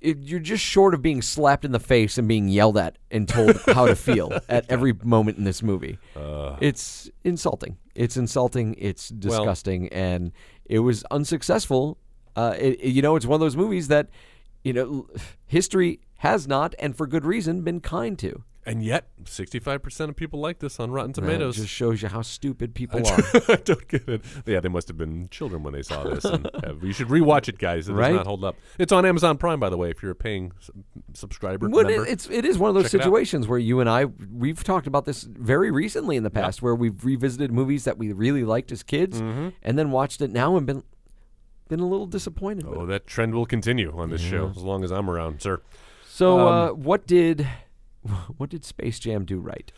S4: it, you're just short of being slapped in the face and being yelled at and
S3: (laughs)
S4: told how to feel at every moment in this movie. it's insulting. It's insulting. It's disgusting, and it was unsuccessful. Uh, it, it- you know, it's one of those movies that you know history has not, and for good reason, been kind to.
S3: And yet, 65% of people like this on Rotten
S4: That
S3: Tomatoes.
S4: just shows you how stupid people are.
S3: (laughs) I don't get it. Yeah, they must have been children when they saw this. And, uh, you should rewatch it, guys. It
S4: Right?
S3: does not hold up. It's on Amazon Prime, by the way, if you're a paying s- subscriber.
S4: (laughs) What
S3: member.
S4: it, it's it is one of those
S3: Check it out.
S4: situations where you and I we've talked about this very recently in the past where we've revisited movies that we really liked as kids and then watched it now and been been a little disappointed. with
S3: oh,
S4: it.
S3: that trend will continue on this show as long as I'm around, sir.
S4: So uh, what did (laughs) what did Space Jam do right?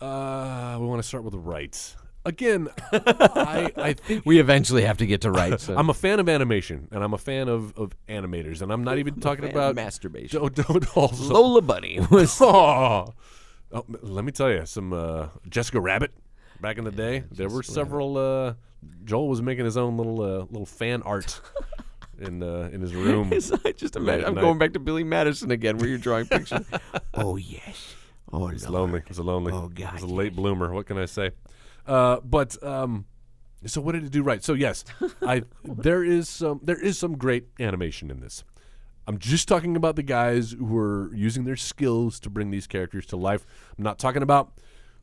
S3: Uh, we want to start with the rights.
S4: (laughs)
S3: Again, I, I think
S4: (laughs) We eventually have to get to right. (laughs) So.
S3: I'm a fan of animation, and I'm a fan of, of animators, and I'm not even talking
S4: fan of
S3: about
S4: masturbation.
S3: Don't, don't also,
S4: Lola (laughs) Bunny was
S3: (laughs) Oh, oh, m- let me tell you, some uh, Jessica Rabbit back in the day. there were several. Uh, Joel was making his own little uh, little fan art in uh, in his room.
S4: I just imagine
S3: at
S4: I'm
S3: night.
S4: going back to Billy Madison again where you're drawing pictures. (laughs) oh yes. Oh
S3: It's lonely. It's a lonely. Oh
S4: God,
S3: It's a late bloomer. What can I say? Uh, but um, so what did it do right? So yes,
S4: (laughs)
S3: I there is some there is some great animation in this. I'm just talking about the guys who are using their skills to bring these characters to life. I'm not talking about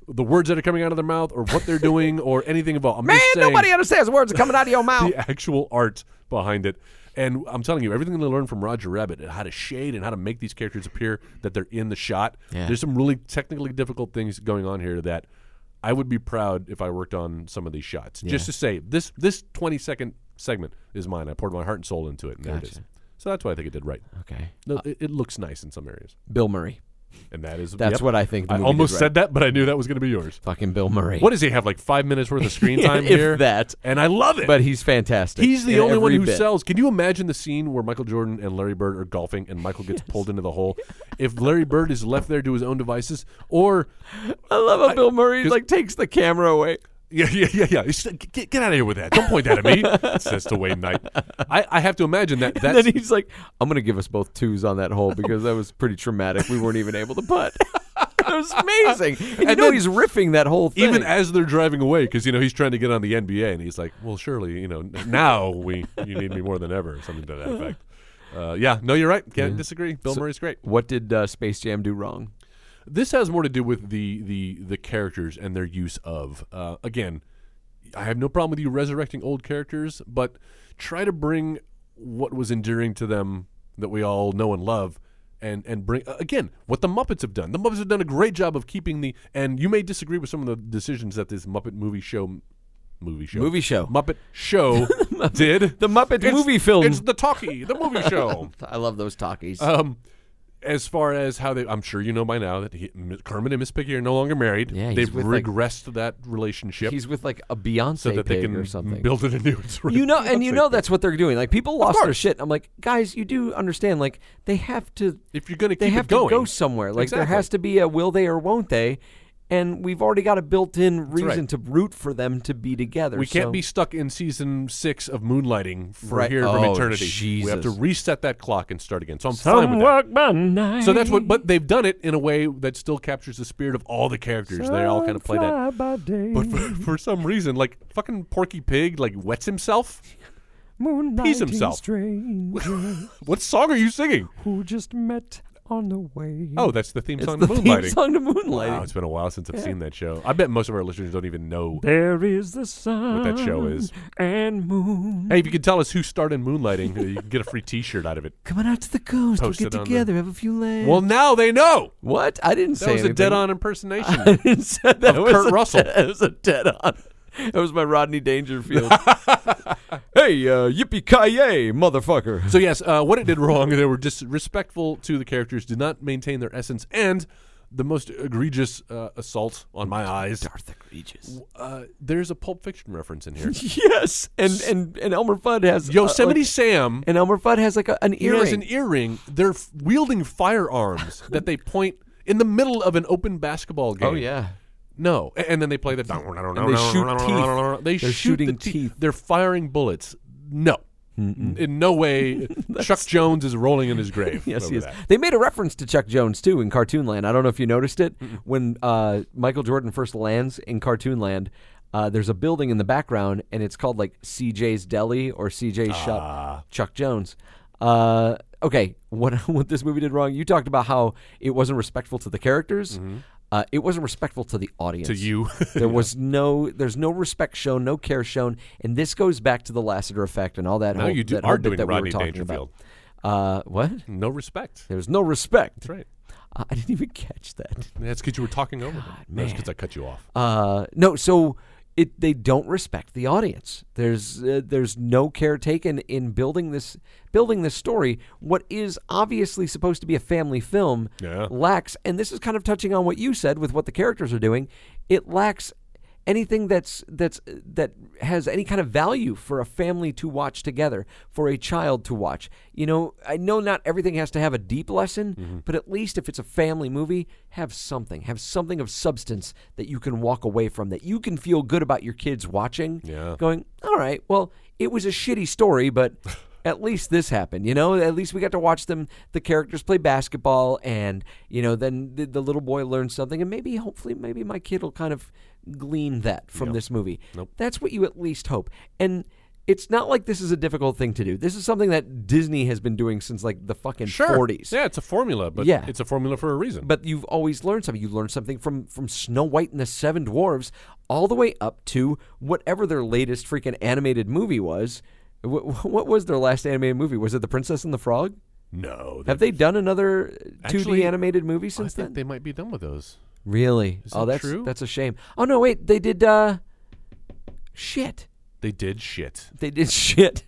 S3: the words that are coming out of their mouth or what
S4: (laughs)
S3: they're doing or anything involved. I'm
S4: Man,
S3: just saying
S4: nobody understands the words coming out of your mouth.
S3: the actual art behind it. And I'm telling you, everything they learned from Roger Rabbit, how to shade and how to make these characters appear that they're in the shot. There's some really technically difficult things going on here that I would be proud if I worked on some of these shots. Just to say, this this 20 second segment is mine. I poured my heart and soul into it, and there it is. So that's why I think it did right.
S4: Okay.
S3: No, it, it looks nice in some areas,
S4: Bill Murray.
S3: and that is
S4: That's
S3: yep.
S4: what I think. The
S3: I
S4: movie
S3: almost
S4: did right.
S3: said that, but I knew that was going to be yours.
S4: Fucking Bill Murray.
S3: What does he have? Like five minutes worth of
S4: (laughs)
S3: screen time
S4: If
S3: here,
S4: that.
S3: and I love it.
S4: But he's fantastic.
S3: He's the
S4: in
S3: only one
S4: every
S3: who
S4: bit.
S3: sells. Can you imagine the scene where Michael Jordan and Larry Bird are golfing and Michael gets pulled into the hole? If Larry Bird is left there to his own devices, or
S4: I love how Bill Murray like takes the camera away.
S3: yeah, yeah, yeah, yeah, He's like, get, get out of here with that! Don't point that at me. It's just a Wayne Knight. I, I have to imagine that.
S4: (laughs) And
S3: That's,
S4: then he's like, "I'm gonna give us both twos on that hole because that was pretty traumatic. We weren't even able to putt. (laughs) it
S3: (laughs)
S4: was amazing. And, you
S3: And
S4: know
S3: then-
S4: he's riffing that whole thing.
S3: even as they're driving away, because you know he's trying to get on the NBA, and he's like, "Well, surely you know n- now we you need me more than ever," or something to that effect. Uh, yeah, no, you're right. Can't disagree. Bill Murray's great.
S4: what did uh, Space Jam do wrong?
S3: This has more to do with the the the characters and their use of. Uh, again, I have no problem with you resurrecting old characters, but try to bring what was endearing to them that we all know and love. And, and bring uh, again what the Muppets have done. The Muppets have done a great job of keeping the. And you may disagree with some of the decisions that this Muppet movie show, movie show,
S4: Movie show.
S3: Muppet
S4: (laughs)
S3: show did.
S4: The Muppet
S3: It's-
S4: movie film.
S3: It's the talkie, the
S4: (laughs)
S3: movie show.
S4: I love those talkies.
S3: Um, as far as how they, I'm sure you know by now that he, M- Kermit and Miss Piggy are no longer married.
S4: Yeah, he's
S3: they've
S4: with, like-
S3: regressed that relationship
S4: he's with like a Beyonce
S3: so that they
S4: pig
S3: can
S4: or something.
S3: build an (laughs) annuity.
S4: you know, and you know that's what they're doing. Like people lost their
S3: course.
S4: shit. I'm like, guys, you do understand? Like they have to.
S3: If you're gonna
S4: they
S3: keep it
S4: have
S3: going.
S4: to go somewhere. Like there
S3: Exactly.
S4: has to be a will they or won't they, and we've already got a built-in reason
S3: right.
S4: to root for them to be together.
S3: we can't
S4: so-
S3: be stuck in season six of Moonlighting for
S4: Right.
S3: here from
S4: Oh,
S3: eternity. We have to
S4: Jesus.
S3: reset that clock and start again. So I'm fine with that.
S4: by night.
S3: So that's what, but they've done it in a way that still captures the spirit of all the characters. they all kind of play that.
S4: by day,
S3: But for, for some reason, like fucking Porky Pig, like wets himself. pees himself. What song are you singing?
S4: who just met on the way.
S3: Oh, that's the theme
S4: it's (laughs)
S3: song
S4: the
S3: to
S4: theme
S3: Moonlighting.
S4: song to Moonlighting.
S3: Wow, it's been a while since I've seen that show. I bet most of our listeners don't even know.
S4: There is the sun.
S3: that show is.
S4: And moon.
S3: Hey, if you can tell us who starred in Moonlighting, you can get a free T-shirt out of it.
S4: Coming out to the coast.
S3: Post
S4: we'll
S3: it
S4: get
S3: on the-
S4: together, have a few laughs.
S3: Well, now they know.
S4: what? I didn't
S3: That
S4: say
S3: was a
S4: anything.
S3: dead-on impersonation. (laughs)
S4: (laughs) I didn't say that
S3: Of
S4: was
S3: Kurt
S4: a
S3: Russell.
S4: dead- (laughs) That was a dead on. That was my
S3: (laughs)
S4: Rodney Dangerfield. hey, uh, yippee ki motherfucker.
S3: So yes, uh, what it did wrong, they were disrespectful to the characters, did not maintain their essence, and the most egregious uh, assault on my eyes.
S4: Darth egregious.
S3: Uh, there's a Pulp Fiction reference in
S4: (laughs)
S3: here.
S4: Yes, and and and Elmer Fudd has
S3: Yosemite
S4: Uh, like,
S3: Sam
S4: and Elmer Fudd has like a, an
S3: He
S4: earring.
S3: has an earring. They're f- wielding
S4: (laughs)
S3: firearms that they point in the middle of an open basketball game.
S4: oh yeah.
S3: No, A- and then they play the. And
S4: they
S3: They
S4: shoot teeth. They're
S3: shoot
S4: shooting
S3: the teeth.
S4: teeth.
S3: They're firing bullets. No, in no
S4: (laughs)
S3: way. Chuck Jones is rolling in his grave.
S4: Yes,
S3: over
S4: he is.
S3: that.
S4: They made a reference to Chuck Jones too in Cartoon Land. I don't know if you noticed it when uh, Michael Jordan first lands in Cartoon Land. Uh, there's a building in the background, and it's called like CJ's Deli or CJ's
S3: Ah.
S4: Shop. Chuck Jones. Uh, okay, what (laughs) what this movie did wrong? You talked about how it wasn't respectful to the characters. Uh, it wasn't respectful to the audience.
S3: Mm-hmm. To you.
S4: (laughs) there was no, there's no respect shown, no care shown, and this goes back to the Lassiter effect and all that.
S3: Now
S4: whole,
S3: you do-
S4: that
S3: are
S4: whole bit
S3: doing
S4: that we were
S3: Rodney
S4: talking
S3: Dangerfield.
S4: About. Uh, what?
S3: No respect.
S4: There was no respect.
S3: That's right.
S4: Uh, (laughs) I didn't even catch that.
S3: That's because you were talking over them. That's because I cut you off.
S4: Uh, no, so it they don't respect the audience. There's uh, there's no care taken in building this building this story. What is obviously supposed to be a family film
S3: Yeah.
S4: lacks, and this is kind of touching on what you said with what the characters are doing. It lacks anything that's that's that has any kind of value for a family to watch together, for a child to watch. You know, I know not everything has to have a deep lesson,
S3: Mm-hmm.
S4: but at least if it's a family movie, have something, have something of substance that you can walk away from that you can feel good about your kids watching.
S3: Yeah.
S4: Going, all right, well, it was a shitty story, but
S3: (laughs)
S4: at least this happened. You know, at least we got to watch them, the characters play basketball, and, you know, then the, the little boy learns something, and maybe, hopefully, maybe my kid will kind of glean that from this movie. That's what you at least hope. And, it's not like this is a difficult thing to do. This is something that Disney has been doing since like the fucking 40s
S3: Yeah, it's a formula, but
S4: Yeah.
S3: it's a formula for a reason.
S4: but you've always learned something. You learned something from from Snow White and the Seven Dwarves, all the way up to whatever their latest freaking animated movie was. What, what was their last animated movie? Was it The Princess and the Frog?
S3: no,
S4: Have they done another
S3: Actually,
S4: 2D animated movie
S3: I
S4: since
S3: think
S4: then?
S3: they might be done with those.
S4: really? oh,
S3: that
S4: that's
S3: true?
S4: that's a shame. Oh no, wait, they did. uh Shit,
S3: They did shit.
S4: they did (laughs) shit.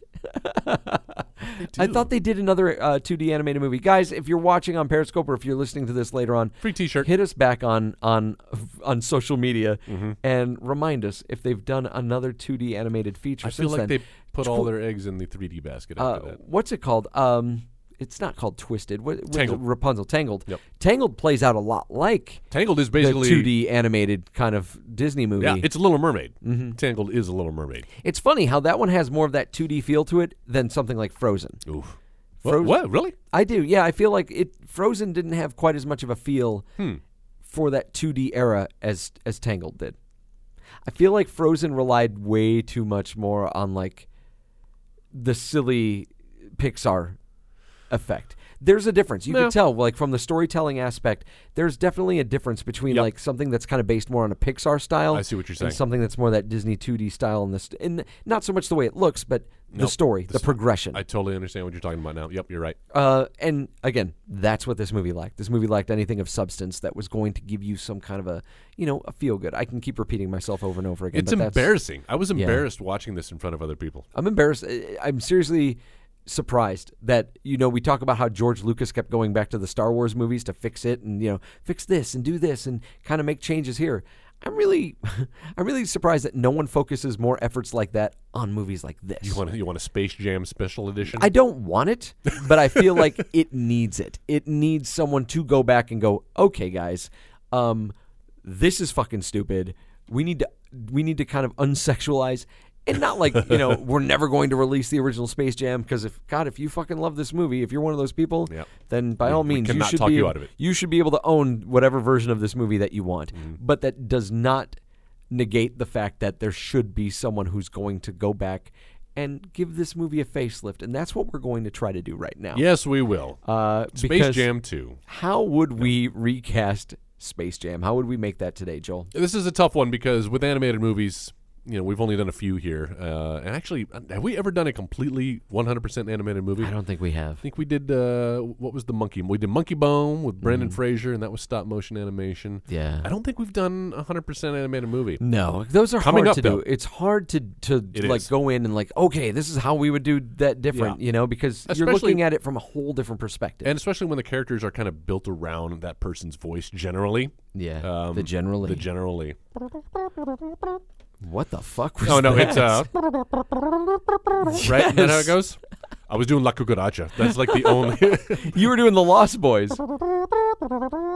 S4: I thought they did another uh, 2D animated movie. Guys, if you're watching on Periscope or if you're listening to this later on,
S3: Free t-shirt.
S4: hit us back on on on social media
S3: Mm-hmm.
S4: and remind us if they've done another 2D animated feature.
S3: I feel
S4: since
S3: like
S4: then.
S3: they put all their eggs in the 3D basket
S4: Uh,
S3: after that.
S4: what's it called? Um, it's not called Twisted. What, what's it-
S3: Tangled.
S4: Rapunzel. Tangled.
S3: Yep.
S4: Tangled plays out a lot like
S3: Tangled is
S4: the
S3: basically
S4: 2D animated kind of Disney movie. Mm-hmm.
S3: Yeah, it's a Little Mermaid. Tangled is a Little Mermaid.
S4: It's funny how that one has more of that 2D feel to it than something like Frozen.
S3: Oof.
S4: Frozen-
S3: What, what? Really?
S4: I do. Yeah, I feel like it. Frozen didn't have quite as much of a feel
S3: Hmm.
S4: for that 2D era as as Tangled did. I feel like Frozen relied way too much more on like the silly Pixar effect. There's a difference. You
S3: No.
S4: can tell, like from the storytelling aspect, there's definitely a difference between like something that's kind of based more on a Pixar style.
S3: I see what you're saying.
S4: And something that's more that Disney 2D style, and this, and not so much the way it looks, but the story, the, progression.
S3: I totally understand what you're talking about now. Yep, you're right.
S4: Uh, and again, that's what this movie lacked. This movie lacked anything of substance that was going to give you some kind of a, you know, a feel good. I can keep repeating myself over and over again.
S3: It's
S4: but that's-
S3: embarrassing. I was embarrassed watching this in front of other people.
S4: I'm embarrassed. I- I'm seriously surprised that you know we talk about how George Lucas kept going back to the Star Wars movies to fix it and you know fix this and do this and kind of make changes here. I'm really, (laughs) I'm really surprised that no one focuses more efforts like that on movies like this.
S3: You want you want a Space Jam special edition?
S4: I don't want it, but I
S3: (laughs)
S4: feel like it needs it. It needs someone to go back and go, okay, guys, um, this is fucking stupid. We need to we need to kind of unsexualize and not like
S3: (laughs)
S4: you know we're never going to release the original Space Jam because if God, if you fucking love this movie, if you're one of those people,
S3: Yep.
S4: then by all
S3: we
S4: means you
S3: cannot
S4: should
S3: talk
S4: be
S3: you out of it.
S4: you should be able to own whatever version of this movie that you want.
S3: Mm-hmm.
S4: But that does not negate the fact that there should be someone who's going to go back and give this movie a facelift. And that's what we're going to try to do right now.
S3: yes, we will.
S4: Uh,
S3: Space
S4: because
S3: Jam 2.
S4: How would we recast Space Jam? How would we make that today, Joel?
S3: This is a tough one because with animated movies, you know, we've only done a few here. Uh, and actually, have we ever done a completely 100% animated movie?
S4: I don't think we have.
S3: I think we did. Uh, what was the monkey? We did Monkey Bone with Brandon Fraser, and that was stop motion animation.
S4: Mm-hmm. Yeah.
S3: I don't think we've done a hundred percent animated movie.
S4: No, those are
S3: Coming
S4: hard
S3: up,
S4: to
S3: though.
S4: do. It's hard to to
S3: It
S4: like
S3: is.
S4: go in and like, okay, this is how we would do that different,
S3: Yeah.
S4: you know, because you're
S3: Especially-
S4: looking at it from a whole different perspective.
S3: And especially when the characters are kind of built around that person's voice generally.
S4: yeah,
S3: Um,
S4: the generally.
S3: The
S4: (laughs)
S3: generally.
S4: what the fuck? Was
S3: Oh no,
S4: that?
S3: it's uh. Right, is that how it goes? I was doing La Cucaracha. That's like
S4: (laughs)
S3: the only. (laughs)
S4: you were doing the Lost Boys.
S3: (laughs) um,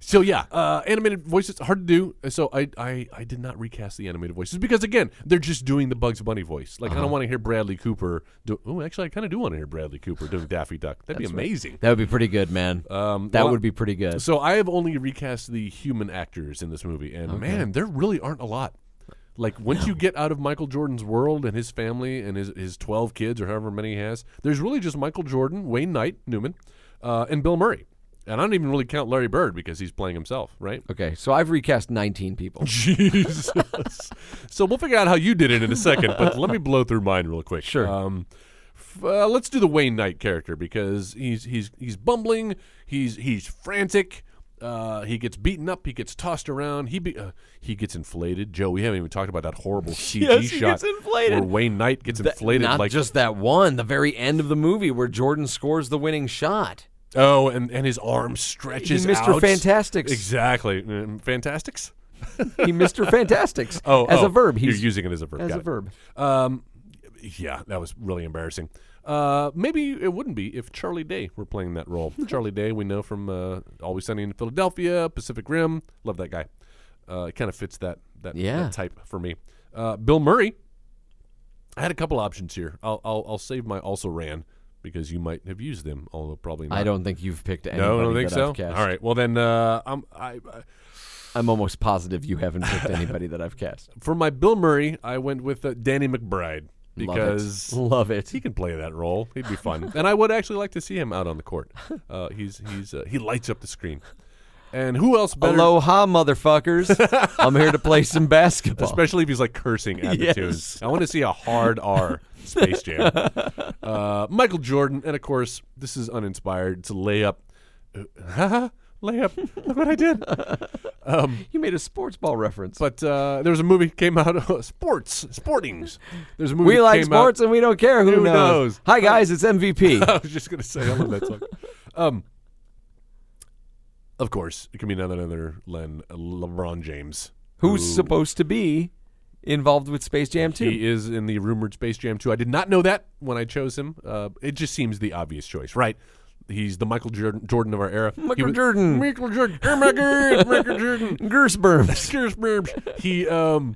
S3: so yeah, uh, animated voices hard to do. So I, I I did not recast the animated voices because again they're just doing the Bugs Bunny voice. Like I don't want to hear Bradley Cooper. Do, oh, actually I kind of do want to hear Bradley Cooper doing Daffy Duck. That'd be amazing.
S4: That would be pretty good, man. Um, that
S3: well-
S4: would be pretty good.
S3: So I have only recast the human actors in this movie, and man, there really aren't a lot. Like once you get out of Michael Jordan's world and his family and his his twelve kids or however many he has, there's really just Michael Jordan, Wayne Knight, Newman, uh, and Bill Murray. And I don't even really count Larry Bird because he's playing himself, right?
S4: Okay, so I've recast 19 people.
S3: (laughs) Jesus. so we'll figure out how you did it in a second, but let me blow through mine real quick. Sure. Um, f- uh, let's do the Wayne Knight character because he's he's he's bumbling, he's he's frantic. Uh, he gets beaten up. He gets tossed around. He be, uh, he gets inflated. Joe, we haven't even talked about that
S4: (laughs)
S3: horrible CG
S4: Yes, he
S3: shot
S4: gets inflated.
S3: where Wayne Knight gets
S4: That-
S3: inflated.
S4: not
S3: like
S4: just that one, the very end of the movie where Jordan scores the winning shot.
S3: oh, and, and his arm stretches.
S4: Mr.
S3: out.
S4: Fantastics.
S3: Exactly, Mm, Fantastics. (laughs)
S4: He Mr. Fantastics.
S3: Oh,
S4: as
S3: oh,
S4: a verb,
S3: you're
S4: he's
S3: using it as a verb.
S4: as
S3: Got
S4: a
S3: it.
S4: verb.
S3: Um, yeah, that was really embarrassing. Uh, maybe it wouldn't be if Charlie Day were playing that
S4: (laughs)
S3: role. Charlie Day, we know from uh, Always Sunny in Philadelphia, Pacific Rim. Love that guy. Uh, it kind of fits that that,
S4: Yeah.
S3: that type for me. Uh, Bill Murray. I had a couple options here. I'll I'll, I'll save my also ran because you might have used them, although probably not.
S4: I don't think you've picked anybody.
S3: No, I don't think
S4: that
S3: so.
S4: I've cast.
S3: All right. Well, then uh, I'm I, I
S4: I'm almost positive you haven't picked anybody that I've cast.
S3: for my Bill Murray, I went with uh, Danny McBride because
S4: Love it.
S3: he can play that role. He'd be fun, and I would actually like to see him out on the court. Uh, he's he's uh, he lights up the screen. And who else better?
S4: Aloha, motherfuckers.
S3: (laughs)
S4: I'm here to play some basketball.
S3: Especially if he's like cursing
S4: (laughs)
S3: at the tune.
S4: Yes.
S3: I want to see a hard R Space Jam.
S4: (laughs)
S3: Uh, Michael Jordan, and of course, (laughs) this is uninspired. It's a layup. Uh, Haha, layup. Look what I did.
S4: you made a sports ball reference.
S3: But uh, there was a movie came out (laughs) sports sportings. There's a movie
S4: we like
S3: came
S4: sports
S3: Out,
S4: and we don't care who,
S3: Who
S4: knows.
S3: knows?
S4: Hi guys,
S3: (laughs)
S4: it's MVP.
S3: I was just gonna say I love that song. Um, of course, it can be another another Len LeBron James.
S4: Who's supposed to be involved with Space Jam 2?
S3: He is in the rumored Space Jam 2. I did not know that when I chose him. Uh, it just seems the obvious choice, right? He's the Michael Jordan, Jordan of our era. He
S4: Michael
S3: was-
S4: Jordan.
S3: Michael Jordan. Oh my God, Michael Jordan. (laughs)
S4: Gersberms.
S3: Scarce burps. He um,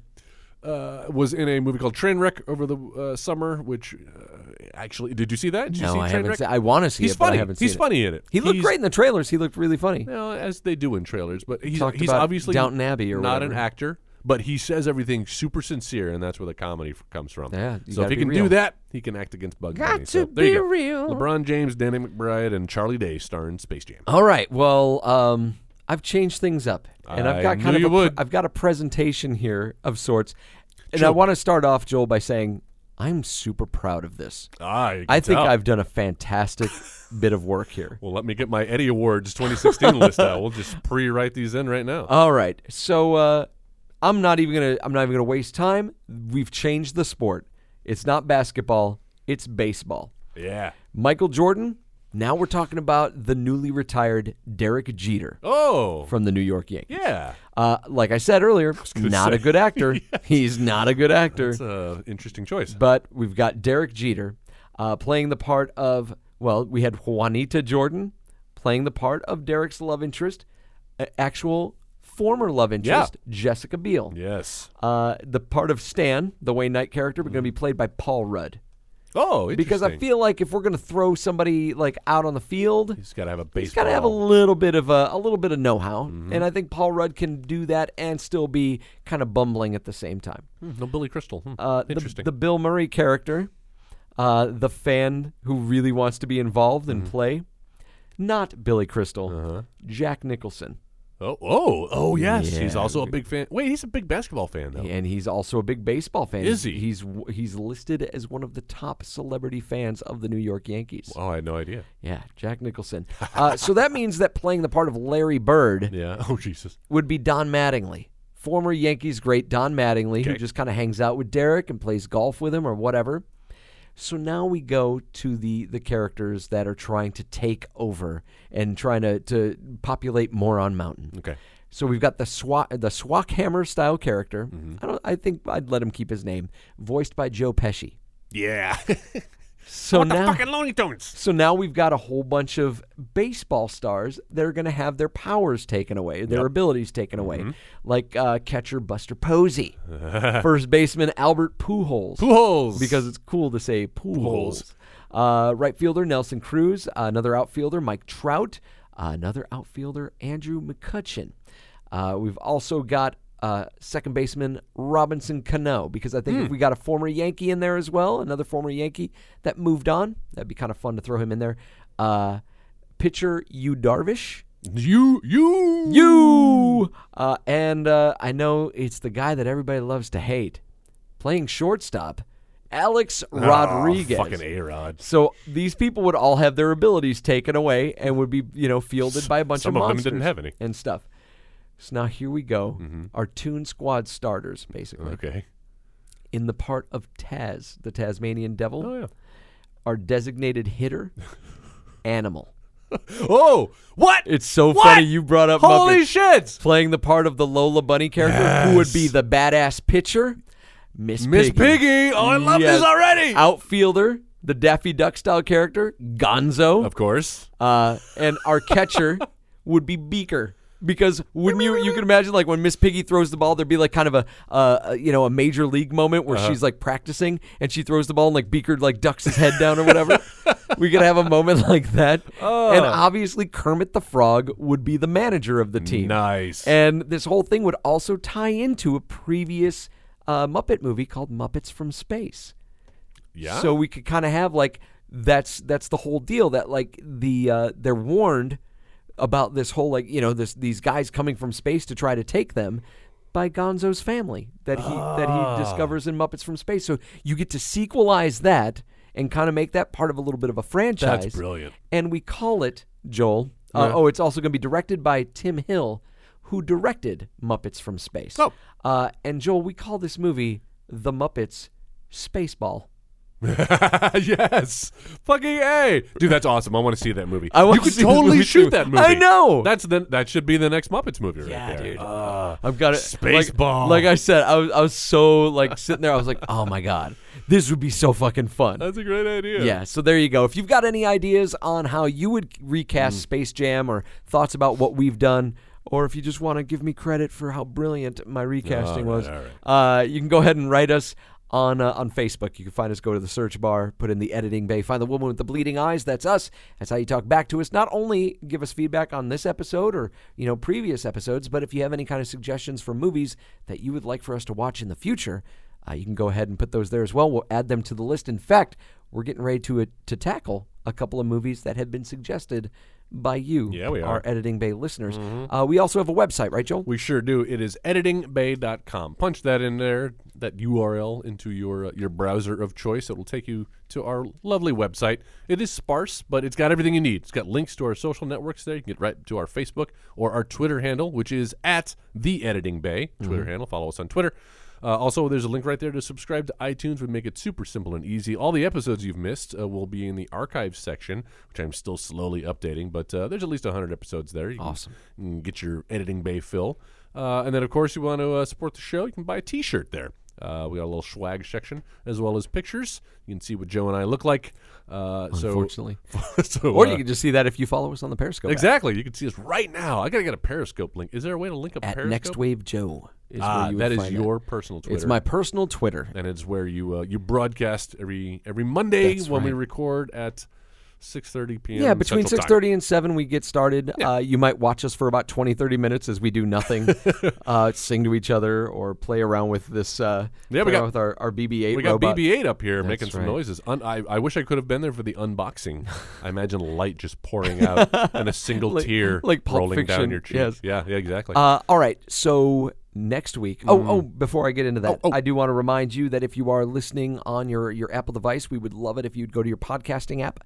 S3: uh, was in a movie called Trainwreck over the uh, summer, which uh, actually, did you see that? Did you see
S4: No, I haven't.
S3: Trainwreck?
S4: Se- I want to see
S3: He's
S4: it, but I
S3: funny.
S4: haven't
S3: he's
S4: seen it.
S3: funny in it.
S4: He looked
S3: He's-
S4: great in the trailers. He looked really funny.
S3: well, as they do in trailers, but he's,
S4: Talked
S3: he's
S4: about
S3: obviously
S4: Downton Abbey or
S3: not an
S4: whatever.
S3: actor, but he says everything super sincere, and that's where the comedy f- comes from.
S4: Yeah, you
S3: so if
S4: gotta
S3: he
S4: be
S3: can
S4: real.
S3: do that, he can act against Bug
S4: Got
S3: Bunny. So
S4: to
S3: there you
S4: be
S3: go.
S4: real.
S3: LeBron James, Danny McBride, and Charlie Day star in Space Jam.
S4: All right. Well, um, I've changed things up, and
S3: I
S4: I've got
S3: knew
S4: kind of
S3: you
S4: a pre-
S3: would.
S4: I've got a presentation here of sorts, and I
S3: Sure.
S4: want to start off, Joel, by saying I'm super proud of this.
S3: Ah, I, can
S4: I think
S3: tell.
S4: I've done a
S3: (laughs)
S4: fantastic bit of work here.
S3: Well, let me get my Eddie Awards 2016 list out. We'll just pre-write these in right now.
S4: All right. So uh, I'm not even gonna I'm not even gonna waste time. We've changed the sport. It's not basketball. It's baseball.
S3: yeah.
S4: Michael Jordan. Now we're talking about the newly retired Derek Jeter
S3: Oh.
S4: from the New York Yankees.
S3: Yeah.
S4: Uh, like I said earlier, not a
S3: say. (laughs)
S4: good actor. He's not a good actor.
S3: It's an interesting choice.
S4: but we've got Derek Jeter uh, playing the part of, well, we had Juanita Jordan playing the part of Derek's love interest, uh, actual former love interest, Jessica Biel.
S3: yes.
S4: Uh, the part of Stan, the Wayne Knight character, we're going to be played by Paul Rudd.
S3: Oh,
S4: Because I
S3: Mm. interesting.
S4: feel like if we're going to throw somebody like out on the field,
S3: he's got to have a
S4: he's
S3: baseball. Mm-hmm.
S4: got to have a little bit of a, a little bit of know-how, and I think Paul Rudd can do that and still be kind of bumbling at the same time.
S3: Hmm, no Billy Crystal. Hmm,
S4: Uh, the-
S3: interesting.
S4: The, Bill Murray character, uh, the fan who really wants to be involved
S3: Mm-hmm.
S4: and play, not Billy Crystal,
S3: Uh-huh.
S4: Jack Nicholson,
S3: oh, oh, oh, yes. He's
S4: Yeah.
S3: also a big fan. Wait, he's a big basketball fan though.
S4: and he's also a big baseball fan.
S3: Oh. Is
S4: He's-
S3: he?
S4: He's w- he's listed as one of the top celebrity fans of the New York Yankees.
S3: Oh, I had no idea.
S4: Yeah, Jack Nicholson. uh, so that means that playing the part of
S3: (laughs)
S4: Larry Bird.
S3: Yeah. Oh, Jesus.
S4: would be Don Mattingly, former Yankees great Don Mattingly, who
S3: Okay.
S4: just kind of hangs out with Derek and plays golf with him or whatever. So now we go to the the characters that are trying to take over and trying to, to populate Moron Mountain.
S3: Okay.
S4: So we've got the Swat the Swackhammer style character. I don't. I think I'd let him keep his name, voiced by Joe Pesci.
S3: (laughs)
S1: Yeah.
S4: So
S1: the
S4: now.
S1: fucking Looney Tunes.
S4: So now we've got a whole bunch of baseball stars that are going to have their powers taken away, their abilities taken away, like uh, catcher Buster Posey, first baseman Albert Pujols,
S3: Pujols.
S4: because it's cool to say Pujols. Uh, right fielder Nelson Cruz, another outfielder Mike Trout, another outfielder Andrew McCutcheon. Uh, we've also got uh, second baseman Robinson Cano because I think if we got a former Yankee in there as well, another former Yankee that moved on, that'd be kind of fun to throw him in there. Uh, pitcher Yu Darvish.
S3: you, you,
S4: You uh, and uh, I know it's the guy that everybody loves to hate, playing shortstop, Alex Rodriguez.
S3: Oh, Ah, fucking A Rod.
S4: So these people would all have their abilities taken away and would be you know fielded by a bunch
S3: Some
S4: of
S3: of them
S4: monsters
S3: didn't have any. Mm-hmm.
S4: and stuff. So now here we go, our Toon Squad starters basically
S3: Okay.
S4: in the part of Taz, the Tasmanian Devil,
S3: Oh yeah.
S4: our designated
S3: (laughs)
S4: hitter, Animal.
S3: Oh, what?
S4: It's so
S3: What?
S4: funny you brought up
S3: Holy
S4: Muppets.
S3: shit!
S4: playing the part of the Lola Bunny character, who would be the badass pitcher, Miss
S3: Miss
S4: Piggy.
S3: Piggy. Oh, I love
S4: Yes.
S3: this already.
S4: Outfielder, the Daffy Duck style character, Gonzo,
S3: Of course.
S4: uh, and
S3: (laughs)
S4: our catcher would be Beaker. Because when you you can imagine like when Miss Piggy throws the ball, there'd be like kind of a uh, a, you know a major league moment where
S3: Uh-huh.
S4: she's like practicing and she throws the ball and like Beaker like ducks his head down or
S3: (laughs)
S4: whatever. we could have a moment like that.
S3: Oh.
S4: And obviously Kermit the Frog would be the manager of the team.
S3: Nice.
S4: And this whole thing would also tie into a previous uh, Muppet movie called Muppets from Space.
S3: yeah.
S4: So we could kind of have like that's that's the whole deal that like the uh, they're warned about this whole like you know this these guys coming from space to try to take them by Gonzo's family that he that
S3: Ah.
S4: he discovers in Muppets from Space. So you get to sequelize that and kind of make that part of a little bit of a franchise.
S3: brilliant.
S4: And we call it Joel. Uh, Oh, it's also going to be directed by Tim Hill, who directed Muppets from Space.
S3: Oh.
S4: Uh, and Joel, we call this movie The Muppets Spaceball.
S3: (laughs) yes, fucking a, dude. That's awesome. I want to see that movie.
S4: I want
S3: you
S4: to
S3: could
S4: see the
S3: totally
S4: movie
S3: shoot
S4: too.
S3: that movie.
S4: I know.
S3: That's the that should be the next Muppets movie, right there. Uh,
S4: I've got it.
S3: Spaceball.
S4: Like, like I said, I was I was so like sitting there. I was like, oh my god, this would be so fucking fun.
S3: That's a great idea.
S4: Yeah, so there you go. If you've got any ideas on how you would recast Space Jam or thoughts about what we've done, or if you just want to give me credit for how brilliant my recasting was, uh, you can go ahead and write us on uh, on Facebook. You can find us. Go to the search bar, put in the editing bay, find the woman with the bleeding eyes. That's us. That's how you talk back to us. Not only give us feedback on this episode or you know previous episodes, but if you have any kind of suggestions for movies that you would like for us to watch in the future. Uh, you can go ahead and put those there as well. We'll add them to the list. In fact, we're getting ready to uh, to tackle a couple of movies that have been suggested by you,
S3: Yeah, we
S4: our
S3: are. Mm-hmm.
S4: Editing Bay listeners. Uh, we also have a website, right, Joel?
S3: We sure do. It is editingbay.com. Punch that in there, that URL into your uh, your browser of choice. It will take you to our lovely website. It is sparse, but it's got everything you need. It's got links to our social networks there. You can get right to our Facebook or our Twitter handle, which is at the Editing Bay Twitter handle. Follow us on Twitter. Uh, also, there's a link right there to subscribe to iTunes. We make it super simple and easy. All the episodes you've missed uh, will be in the archives section, which I'm still slowly updating, but uh, there's at least 100 episodes there. You awesome. Can, you can get your editing bay fill. Uh, and then, of course, you want to uh, support the show, you can buy a t shirt there. Uh, we got a little swag section as well as pictures. You can see what Joe and I look like. Uh,
S4: Unfortunately.
S3: So, (laughs) so,
S4: Or
S3: uh,
S4: you can just see that if you follow us on the Periscope. app.
S3: Exactly. You can see us right now. I got to get a Periscope link. Is there a way to link up a
S4: At
S3: Periscope?
S4: Next Wave Joe is
S3: Ah,
S4: where you would
S3: that is
S4: find
S3: your personal Twitter.
S4: It's my personal Twitter.
S3: and it's where you uh, you broadcast every every Monday when we record at 6:30 p.m.
S4: Yeah, between
S3: Central
S4: 6.30 and 7 we get started. Uh, you might watch us for about 20, 30 minutes as we
S3: (laughs)
S4: do nothing, uh, sing to each other or play around with this, uh,
S3: Yeah, we
S4: play
S3: got-
S4: around with our, our BB-8
S3: Time. We got
S4: robot.
S3: BB-8 up here making some
S4: right.
S3: noises. Un- I, I wish I could have been there for the
S4: (laughs)
S3: unboxing. I imagine light just pouring out and a single
S4: Like-
S3: tear
S4: like Pulp
S3: rolling down
S4: Fiction,
S3: your cheek.
S4: yes.
S3: Yeah, yeah, exactly.
S4: Uh, all right. So next week. Oh, oh. Before I get into that, I do want to remind you that if you are listening on your your Apple device, we would love it if you'd go to your podcasting app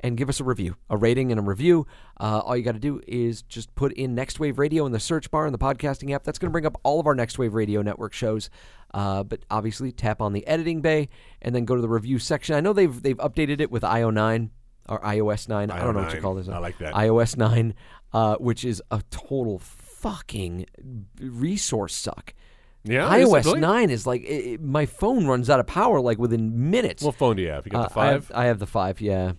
S4: and give us a review, a rating, and a review. Uh, all you got to do is just put in Next Wave Radio in the search bar in the podcasting app. That's going to bring up all of our Next Wave Radio network shows. Uh, but obviously, tap on the editing bay and then go to the review section. I know they've they've updated it with IO nine. Or iOS 9. I don't know what you
S1: IO9.
S4: call this. uh,
S1: I like that.
S4: iOS 9, uh, which is a total fucking resource suck.
S3: yeah, is it
S4: iOS
S3: really?
S4: 9 is like, it, it- my phone runs out of power like within minutes.
S3: What phone do you have? You got
S4: Uh,
S3: the
S4: I have-
S3: five?
S4: I have the 5, yeah.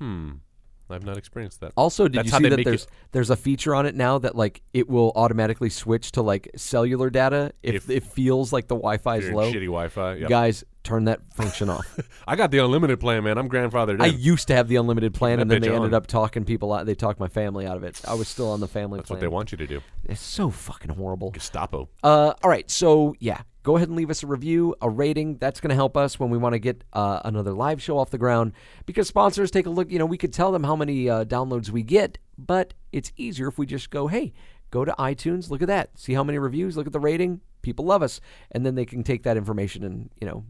S3: I've not experienced that.
S4: Also, did
S3: That's
S4: you
S3: how
S4: see
S3: they
S4: that
S3: make
S4: there's
S3: it-
S4: there's a feature on it now that like it will automatically switch to like cellular data if,
S3: If-
S4: it feels like the Wi-Fi is
S3: Your
S4: low?
S3: Shitty Wi-Fi. Yep.
S4: Guys, turn that
S3: (laughs)
S4: function off.
S3: I got the unlimited plan, man. I'm grandfathered in.
S4: I used to have the unlimited plan,
S3: that
S4: and then they
S3: bitch
S4: ended
S3: on.
S4: up talking people out. They talked my family out of it. I was still on the family
S3: That's
S4: plan.
S3: what they want you to
S4: (laughs)
S3: do.
S4: It's so fucking horrible.
S3: Gestapo.
S4: Uh, all right, so yeah, go ahead and leave us a review, a rating. That's going to help us when we want to get uh, another live show off the ground because sponsors take a look. You know, we could tell them how many uh, downloads we get, but it's easier if we just go, hey, go to iTunes, look at that, see how many reviews, look at the rating. People love us, and then they can take that information and you know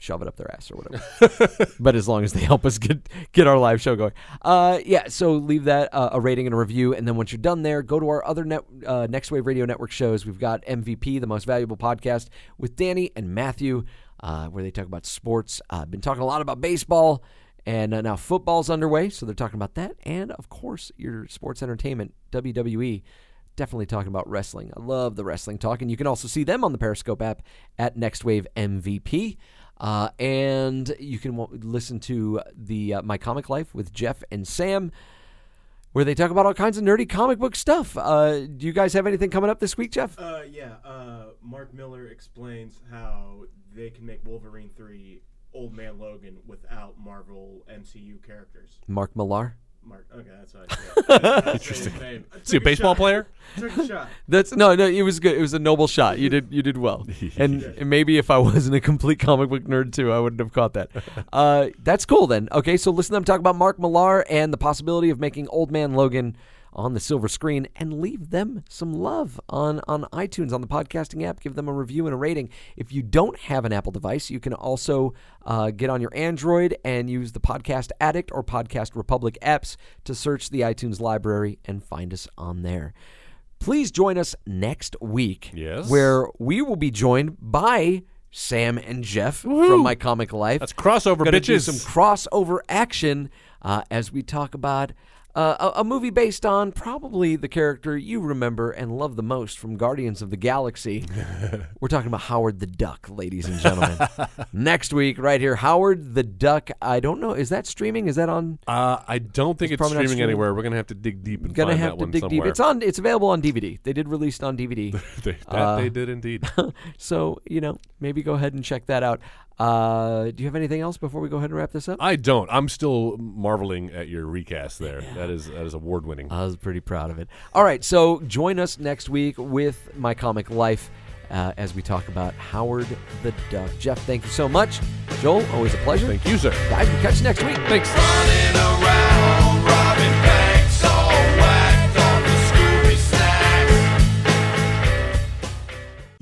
S4: shove it up their ass or whatever. but as long as they (laughs) help us get get our live show going, uh, yeah. So leave that uh, a rating and a review, and then once you're done there, go to our other net, uh, Next Wave Radio Network shows. We've got MVP, the most valuable podcast, with Danny and Matthew, uh, where they talk about sports. Uh, I've been talking a lot about baseball. And uh, now football's underway, so they're talking about that. And of course, your sports entertainment, E. WWE definitely talking about wrestling. I love the wrestling talk, and you can also see them on the Periscope app at Next Wave MVP. Uh, and you can w- listen to the uh, My Comic Life with Jeff and Sam, where they talk about all kinds of nerdy comic book stuff. Uh, do you guys have anything coming up this week, Jeff?
S5: Uh, yeah, uh, Mark Miller explains how they can make Wolverine 3 Old Man Logan without Marvel MCU characters.
S4: Mark Millar. Mark.
S5: Mark, okay, that's what
S3: (laughs)
S5: I said. Interesting.
S3: See a baseball player?
S5: Took a shot.
S4: That's no, no. It was good. It was a noble shot. You did, you did well. And maybe if I wasn't a complete comic book nerd too, I wouldn't have caught that. Uh, that's cool then. Okay, so listen to them talk about Mark Millar and the possibility of making Old Man Logan on the silver screen, and leave them some love on on iTunes on the podcasting app. Give them a review and a rating. If you don't have an Apple device, you can also uh, get on your Android and use the Podcast Addict or Podcast Republic apps to search the iTunes library and find us on there. Please join us next week,
S3: Yes.
S4: where we will be joined by Sam and Jeff from My Comic Life.
S3: That's crossover,
S4: Gonna do
S3: bitches.
S4: some crossover action uh, as we talk about uh, a, a movie based on probably the character you remember and love the most from Guardians of the (laughs) Galaxy. We're talking about Howard the Duck, ladies and (laughs) gentlemen. Next week, right here, Howard the Duck. I don't know. Is that streaming? Is that on?
S3: Uh, I don't think it's,
S4: probably not
S3: streaming,
S4: streaming.
S3: anywhere. We're gonna have to dig deep and
S4: Gonna
S3: find
S4: have
S3: that
S4: to
S3: one
S4: dig
S3: somewhere.
S4: deep. It's on. It's available on DVD. They did release it on (laughs) DVD.
S3: (laughs) they, that
S4: Uh,
S3: they did indeed.
S4: (laughs) so you know, maybe go ahead and check that out. Uh, do you have anything else before we go ahead and wrap this up?
S3: I don't. I'm still marveling at your recast there. That is that is award winning.
S4: I was pretty proud of it. All right, so join us next week with My Comic Life uh, as we talk about Howard the Duck. Jeff, thank you so much. Joel, always a pleasure.
S3: Thank you, sir.
S4: Guys, we'll catch you next week. Thanks.